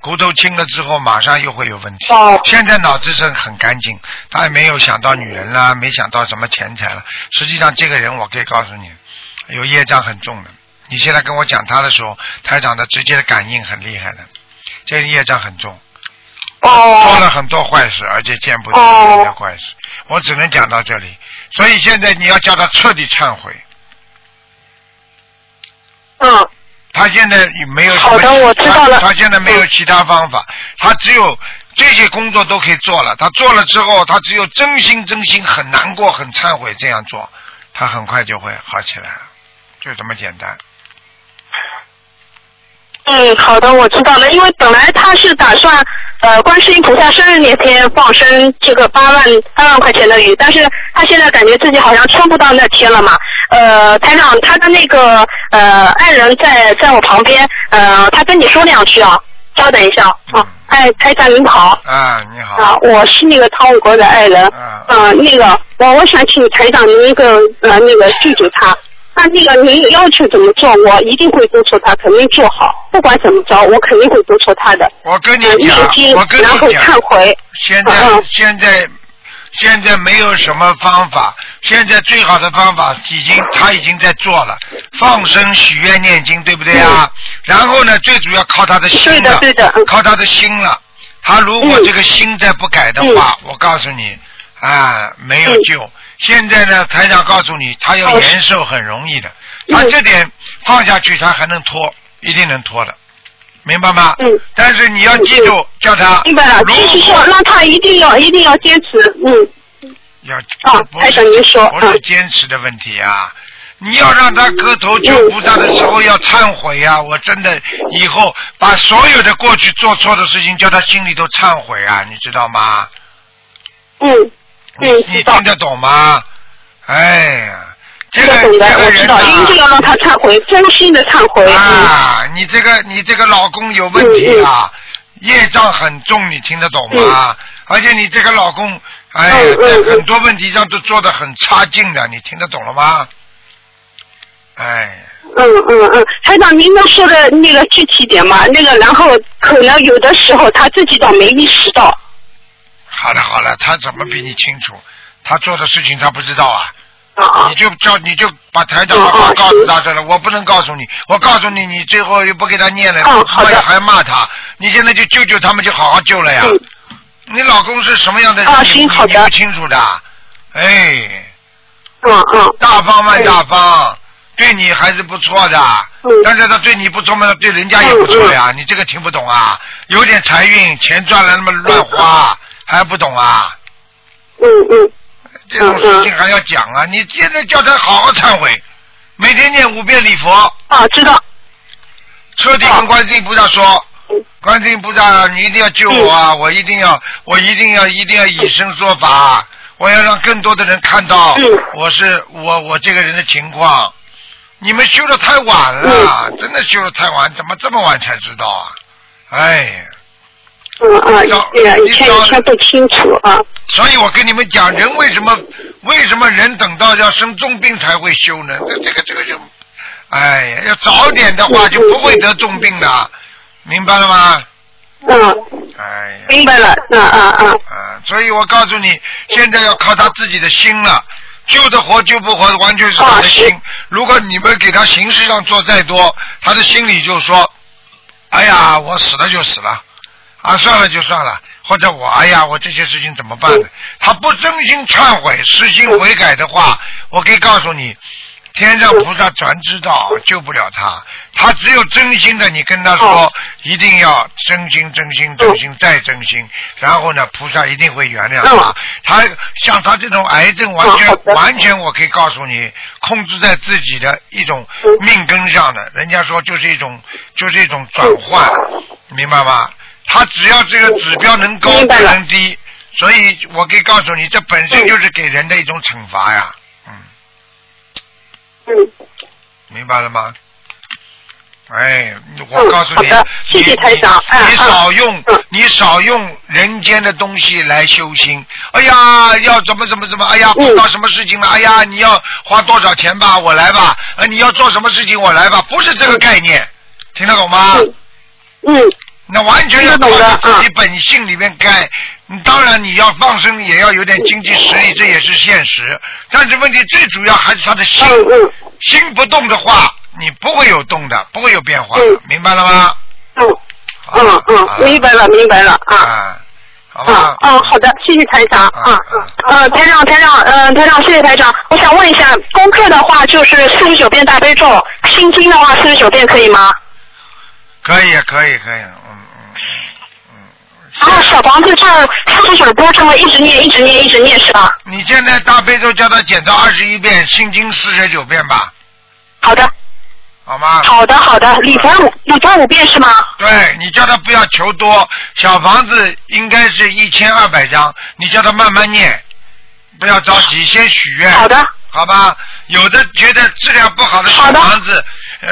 [SPEAKER 1] 骨头轻了之后，马上又会有问题。
[SPEAKER 6] 哦
[SPEAKER 1] 现在脑子是很干净，他也没有想到女人啦，没想到什么钱财了。实际上，这个人我可以告诉你，有业障很重的。你现在跟我讲他的时候，台长的直接的感应很厉害的，这个业障很重。做
[SPEAKER 6] 哦
[SPEAKER 1] 了很多坏事，而且见不得人的坏事。我只能讲到这里，所以现在你要叫他彻底忏悔。
[SPEAKER 6] 嗯
[SPEAKER 1] 他现在没有什么
[SPEAKER 6] 好的我知道了嗯
[SPEAKER 1] 他他现在没有其他方法，他只有这些工作都可以做了。他做了之后，他只有真心真心很难过、很忏悔这样做，他很快就会好起来，就这么简单。
[SPEAKER 6] 嗯，好的，我知道了。因为本来他是打算，呃，观世音菩萨生日那天放生这个八万八万块钱的鱼，但是他现在感觉自己好像撑不到那天了嘛。呃，台长，他的那个呃爱人在在我旁边，呃，他跟你说两句啊，稍等一下
[SPEAKER 1] 嗯
[SPEAKER 6] 啊。哎，台长您好，
[SPEAKER 1] 啊，你好。
[SPEAKER 6] 啊，我是那个汤武国的爱人，
[SPEAKER 1] 啊
[SPEAKER 6] 呃，那个我我想请台长您一个呃那个记住他，那那个您要求怎么做，我一定会督促他，肯定做好，不管怎么着，我肯定会督促他的。
[SPEAKER 1] 我跟你
[SPEAKER 6] 呃念
[SPEAKER 1] 讲
[SPEAKER 6] 经，
[SPEAKER 1] 我跟，
[SPEAKER 6] 然后
[SPEAKER 1] 你讲啊
[SPEAKER 6] 忏，悔，
[SPEAKER 1] 现在、
[SPEAKER 6] 嗯
[SPEAKER 1] 现在现在没有什么方法，现在最好的方法已经他已经在做了，放生、许愿、念经，对不对啊？然后呢，最主要靠他的心
[SPEAKER 6] 嗯对的
[SPEAKER 1] 了，
[SPEAKER 6] 对的嗯
[SPEAKER 1] 靠他的心了。他如果这个心再不改的话，
[SPEAKER 6] 嗯
[SPEAKER 1] 我告诉你啊，没有救。现在呢，台长告诉你，他
[SPEAKER 6] 嗯
[SPEAKER 1] 要延寿很容易的，他这点放下去，他还能拖，一定能拖的，明白吗？
[SPEAKER 6] 嗯。
[SPEAKER 1] 但是你要记住，叫他
[SPEAKER 6] 明白了，
[SPEAKER 1] 如
[SPEAKER 6] 继续要让他一定要一定要坚持，嗯，
[SPEAKER 1] 要
[SPEAKER 6] 啊，台长您说，嗯
[SPEAKER 1] 不是坚持的问题啊。你要让他磕头求菩萨的时候要忏悔啊！我真的以后把所有的过去做错的事情，叫他心里都忏悔啊，你知道吗？
[SPEAKER 6] 嗯，
[SPEAKER 1] 你你听得懂吗？哎呀，这个
[SPEAKER 6] 懂的
[SPEAKER 1] 这，个
[SPEAKER 6] 我知
[SPEAKER 1] 人
[SPEAKER 6] 道，一定要让他忏悔，真心的忏悔，嗯
[SPEAKER 1] 啊，你这个你这个老公有问题啊，业障很重，你听得懂吗？而且你这个老公，哎呀，在很多问题上都做的很差劲的，你听得懂了吗？哎。
[SPEAKER 6] 嗯嗯嗯，台长，您能说的那个具体点吗？那个，然后可能有的时候他自己倒没意识到，
[SPEAKER 1] 好了好了，他怎么比你清楚？他做的事情他不知道啊。哦你就叫你就把台长的话告诉他算了，我不能告诉你，我告诉你，你最后又不给他念了，骂呀还骂他，你现在就救救他们，就好好救了呀。你老公是什么样的人？你你你不清啊楚的，哎。
[SPEAKER 6] 嗯嗯。
[SPEAKER 1] 大方嘛大方，对你还是不错的，但是他对你不错嘛，他对人家也不错呀。你这个听不懂啊？有点财运，钱赚了那么乱花，还不懂啊？
[SPEAKER 6] 嗯嗯。
[SPEAKER 1] 这种事情还要讲啊！你现在叫他好好忏悔，每天念五遍礼佛。
[SPEAKER 6] 啊，知道。
[SPEAKER 1] 彻底跟观世音菩萨说，观世音菩萨，你一定要救我啊！我一定要，我一定要，一定要以身说法，我要让更多的人看到我是我我这个人的情况。你们修的太晚了，真的修的太晚，怎么这么晚才知道啊？哎呀。
[SPEAKER 6] 嗯嗯，
[SPEAKER 1] 早
[SPEAKER 6] 对呀，以前以前不清楚啊，
[SPEAKER 1] 所以我跟你们讲，人为什么为什么人等到要生重病才会修呢？这这个这个就，哎呀，要早点的话就不会得重病的，明白了吗？
[SPEAKER 6] 嗯，
[SPEAKER 1] 哎呀，
[SPEAKER 6] 明白了，嗯嗯嗯，
[SPEAKER 1] 啊，所以我告诉你，现在要靠他自己的心了，救得活救不活完全是他的心。如果你们给他形式上做再多，他的心里就说，哎呀，我死了就死了，啊，算了就算了，或者我哎呀，我这些事情怎么办呢？他不真心忏悔、实心悔改的话，我可以告诉你，天上菩萨全知道，救不了他。他只有真心的，你跟他
[SPEAKER 10] 哦
[SPEAKER 1] 说，一定要真心、真心、真心再真心，然后呢，菩萨一定会原谅他
[SPEAKER 10] 嗯。
[SPEAKER 1] 他像他这种癌症，完
[SPEAKER 10] 哦好
[SPEAKER 1] 全
[SPEAKER 10] 的
[SPEAKER 1] 完全，我可以告诉你，控制在自己的一种
[SPEAKER 10] 嗯
[SPEAKER 1] 命根上的。人家说就是一种，就是一种转换，
[SPEAKER 10] 嗯
[SPEAKER 1] 明白吗？他只要这个指标能高不能低，所以我可以告诉你，这本身就是给人的一种惩罚呀。嗯明白了吗？哎，我告诉你，
[SPEAKER 6] 嗯好的谢谢
[SPEAKER 1] 你
[SPEAKER 6] 台长
[SPEAKER 1] 你
[SPEAKER 6] 嗯
[SPEAKER 1] 你
[SPEAKER 6] 嗯
[SPEAKER 1] 少用、你少用人间的东西来修心。哎呀，要怎么怎么怎么？哎呀，
[SPEAKER 6] 嗯
[SPEAKER 1] 碰到什么事情了？哎呀，你要花多少钱吧？我来吧。啊，你要做什么事情？我来吧。不是这个概念，听得懂吗？
[SPEAKER 6] 嗯。
[SPEAKER 1] 那完全要
[SPEAKER 6] 听得
[SPEAKER 1] 靠
[SPEAKER 6] 懂的啊
[SPEAKER 1] 你自己本性里面改。你当然你要放生，也要有点经济实
[SPEAKER 6] 啊
[SPEAKER 1] 力，这也是现实。但是问题最主要还是他的心，
[SPEAKER 6] 嗯
[SPEAKER 1] 心不动的话，你不会有动的，不会有变化的，明白了吗？
[SPEAKER 6] 嗯嗯，明白了明白了啊。
[SPEAKER 1] 啊，好
[SPEAKER 6] 吧。嗯，好的，谢谢台长。啊
[SPEAKER 1] 嗯，
[SPEAKER 6] 呃，台长，台长，嗯、台长，谢谢台长。我想问一下，功课的话就是四十九遍大悲咒，心经的话四十九遍可以吗？
[SPEAKER 1] 可以，可以，可以，嗯，
[SPEAKER 6] 然后啊小房子这四十九波这么一直念，一直念，一直念是吧？
[SPEAKER 1] 你现在大悲咒叫他减到二十一遍，心经四十九遍吧，
[SPEAKER 6] 好的，
[SPEAKER 1] 好吗？
[SPEAKER 6] 好的，好的，礼佛五礼佛五遍是吗？
[SPEAKER 1] 对你叫他不要求多，小房子应该是一千二百张，你叫他慢慢念，不要着急，先许愿。好
[SPEAKER 6] 的。
[SPEAKER 1] 好吧，有的觉得质量不好的小房子，呃，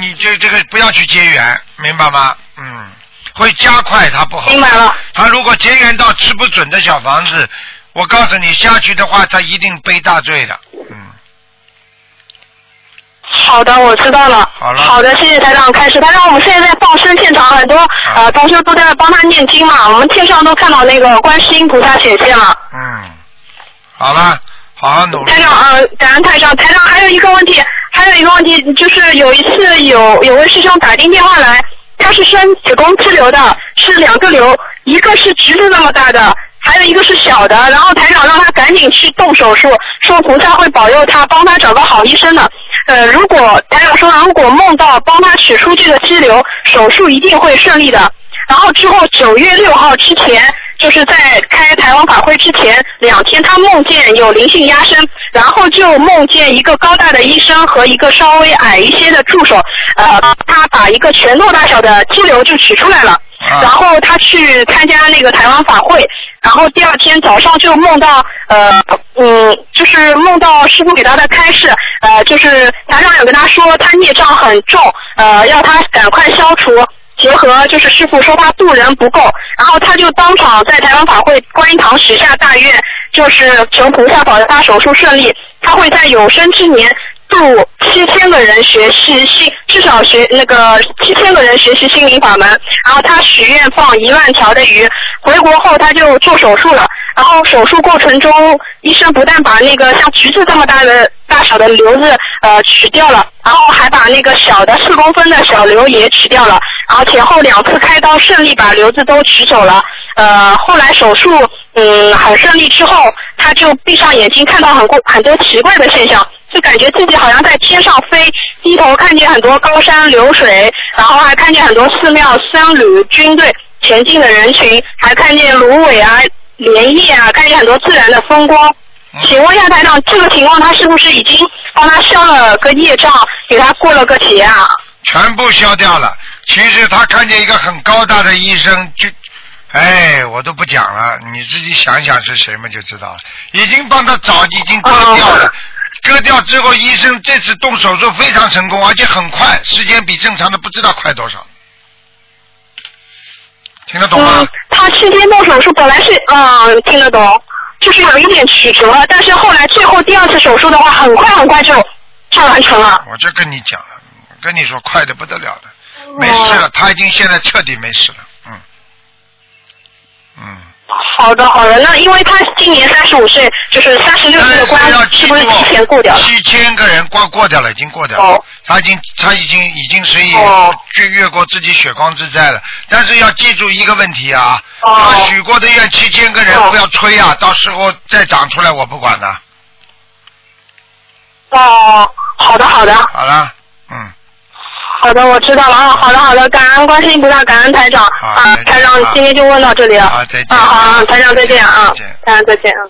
[SPEAKER 1] 你这这个不要去结缘，明白吗？嗯，会加快它不好。
[SPEAKER 6] 明白了。
[SPEAKER 1] 他如果结缘到吃不准的小房子，我告诉你下去的话，他一定背大罪的。嗯
[SPEAKER 6] 好的，我知道了。
[SPEAKER 1] 好了
[SPEAKER 6] 好的，谢谢台长开始。台长，我们现在在放生现场，很多
[SPEAKER 1] 啊
[SPEAKER 6] 呃同学都在帮他念经嘛，我们天上都看到那个观世音菩萨显现了。
[SPEAKER 1] 嗯好了，好好努力
[SPEAKER 6] 台。长，呃，感恩台长，台长还有一个问题，还有一个问题就是有一次有有位师兄打进电话来，他是生子宫肌瘤的，是两个瘤，一个是橘子那么大的，还有一个是小的。然后台长让他赶紧去动手术，说菩萨会保佑他，帮他找个好医生的。呃，如果台长说如果梦到帮他取出这个肌瘤，手术一定会顺利的。然后之后九月六号之前，就是在开台湾法会之前两天，他梦见有灵性压身，然后就梦见一个高大的医生和一个稍微矮一些的助手，呃，他把一个拳头大小的肌瘤就取出来了。
[SPEAKER 1] 啊
[SPEAKER 6] 然后他去参加那个台湾法会，然后第二天早上就梦到呃嗯，就是梦到师傅给他的开示，呃，就是台长有跟他说他孽障很重，呃，要他赶快消除。结合就是师傅说他渡人不够，然后他就当场在台湾法会观音堂许下大愿，就是求菩萨保佑他手术顺利，他会在有生之年度呃七千个人学习心，至少学那个七千个人学习心灵法门。然后他许愿放一万条的鱼，回国后他就做手术了。然后手术过程中，医生不但把那个像橘子这么大的大小的瘤子呃取掉了，然后还把那个小的四公分的小瘤也取掉了。然后前后两次开刀顺利把瘤子都取走了。呃，后来手术嗯很顺利之后，他就闭上眼睛看到很过很多奇怪的现象。就感觉自己好像在天上飞，低头看见很多高山流水，然后还看见很多寺庙、僧侣、军队前进的人群，还看见芦苇啊、莲叶啊，看见很多自然的风光。请问一下台长，这个情况他是不是已经帮他消了个业障，给他过了个劫啊？
[SPEAKER 1] 全部消掉了。其实他看见一个很高大的医生，就，哎，我都不讲了，你自己想想是谁嘛就知道了。已经帮他找，已经割掉
[SPEAKER 6] 哦
[SPEAKER 1] 了。割掉之后，医生这次动手术非常成功，而且很快，时间比正常的不知道快多少。听得懂吗？
[SPEAKER 6] 嗯，他七天动手术本来是嗯听得懂，就是有一点曲折，但是后来最后第二次手术的话，很快很快就就完成了。
[SPEAKER 1] 我就跟你讲了，跟你说快的不得了的，
[SPEAKER 6] 哦
[SPEAKER 1] 没事了，他已经现在彻底没事了，嗯，嗯。
[SPEAKER 6] 好的，好的。那因为他今年三十五岁，就是三十六岁的关，是不是提前过掉了？哦
[SPEAKER 1] 七千个人过过掉了，已经过掉了。他已经他已经已经是以越越过自己血光之灾了。但是要记住一个问题啊，
[SPEAKER 6] 哦
[SPEAKER 1] 他许过的愿七千个人不要吹啊，到时候再长出来我不管的。
[SPEAKER 6] 哦，好的，好的，
[SPEAKER 1] 好了，嗯，
[SPEAKER 6] 好的，我知道了啊。好的，好的，感恩观世音菩萨，感恩台长啊，台长今天就问到这里了。
[SPEAKER 1] 好，再见。
[SPEAKER 6] 啊，好，台长再见啊，
[SPEAKER 1] 再见
[SPEAKER 6] 台长再见啊。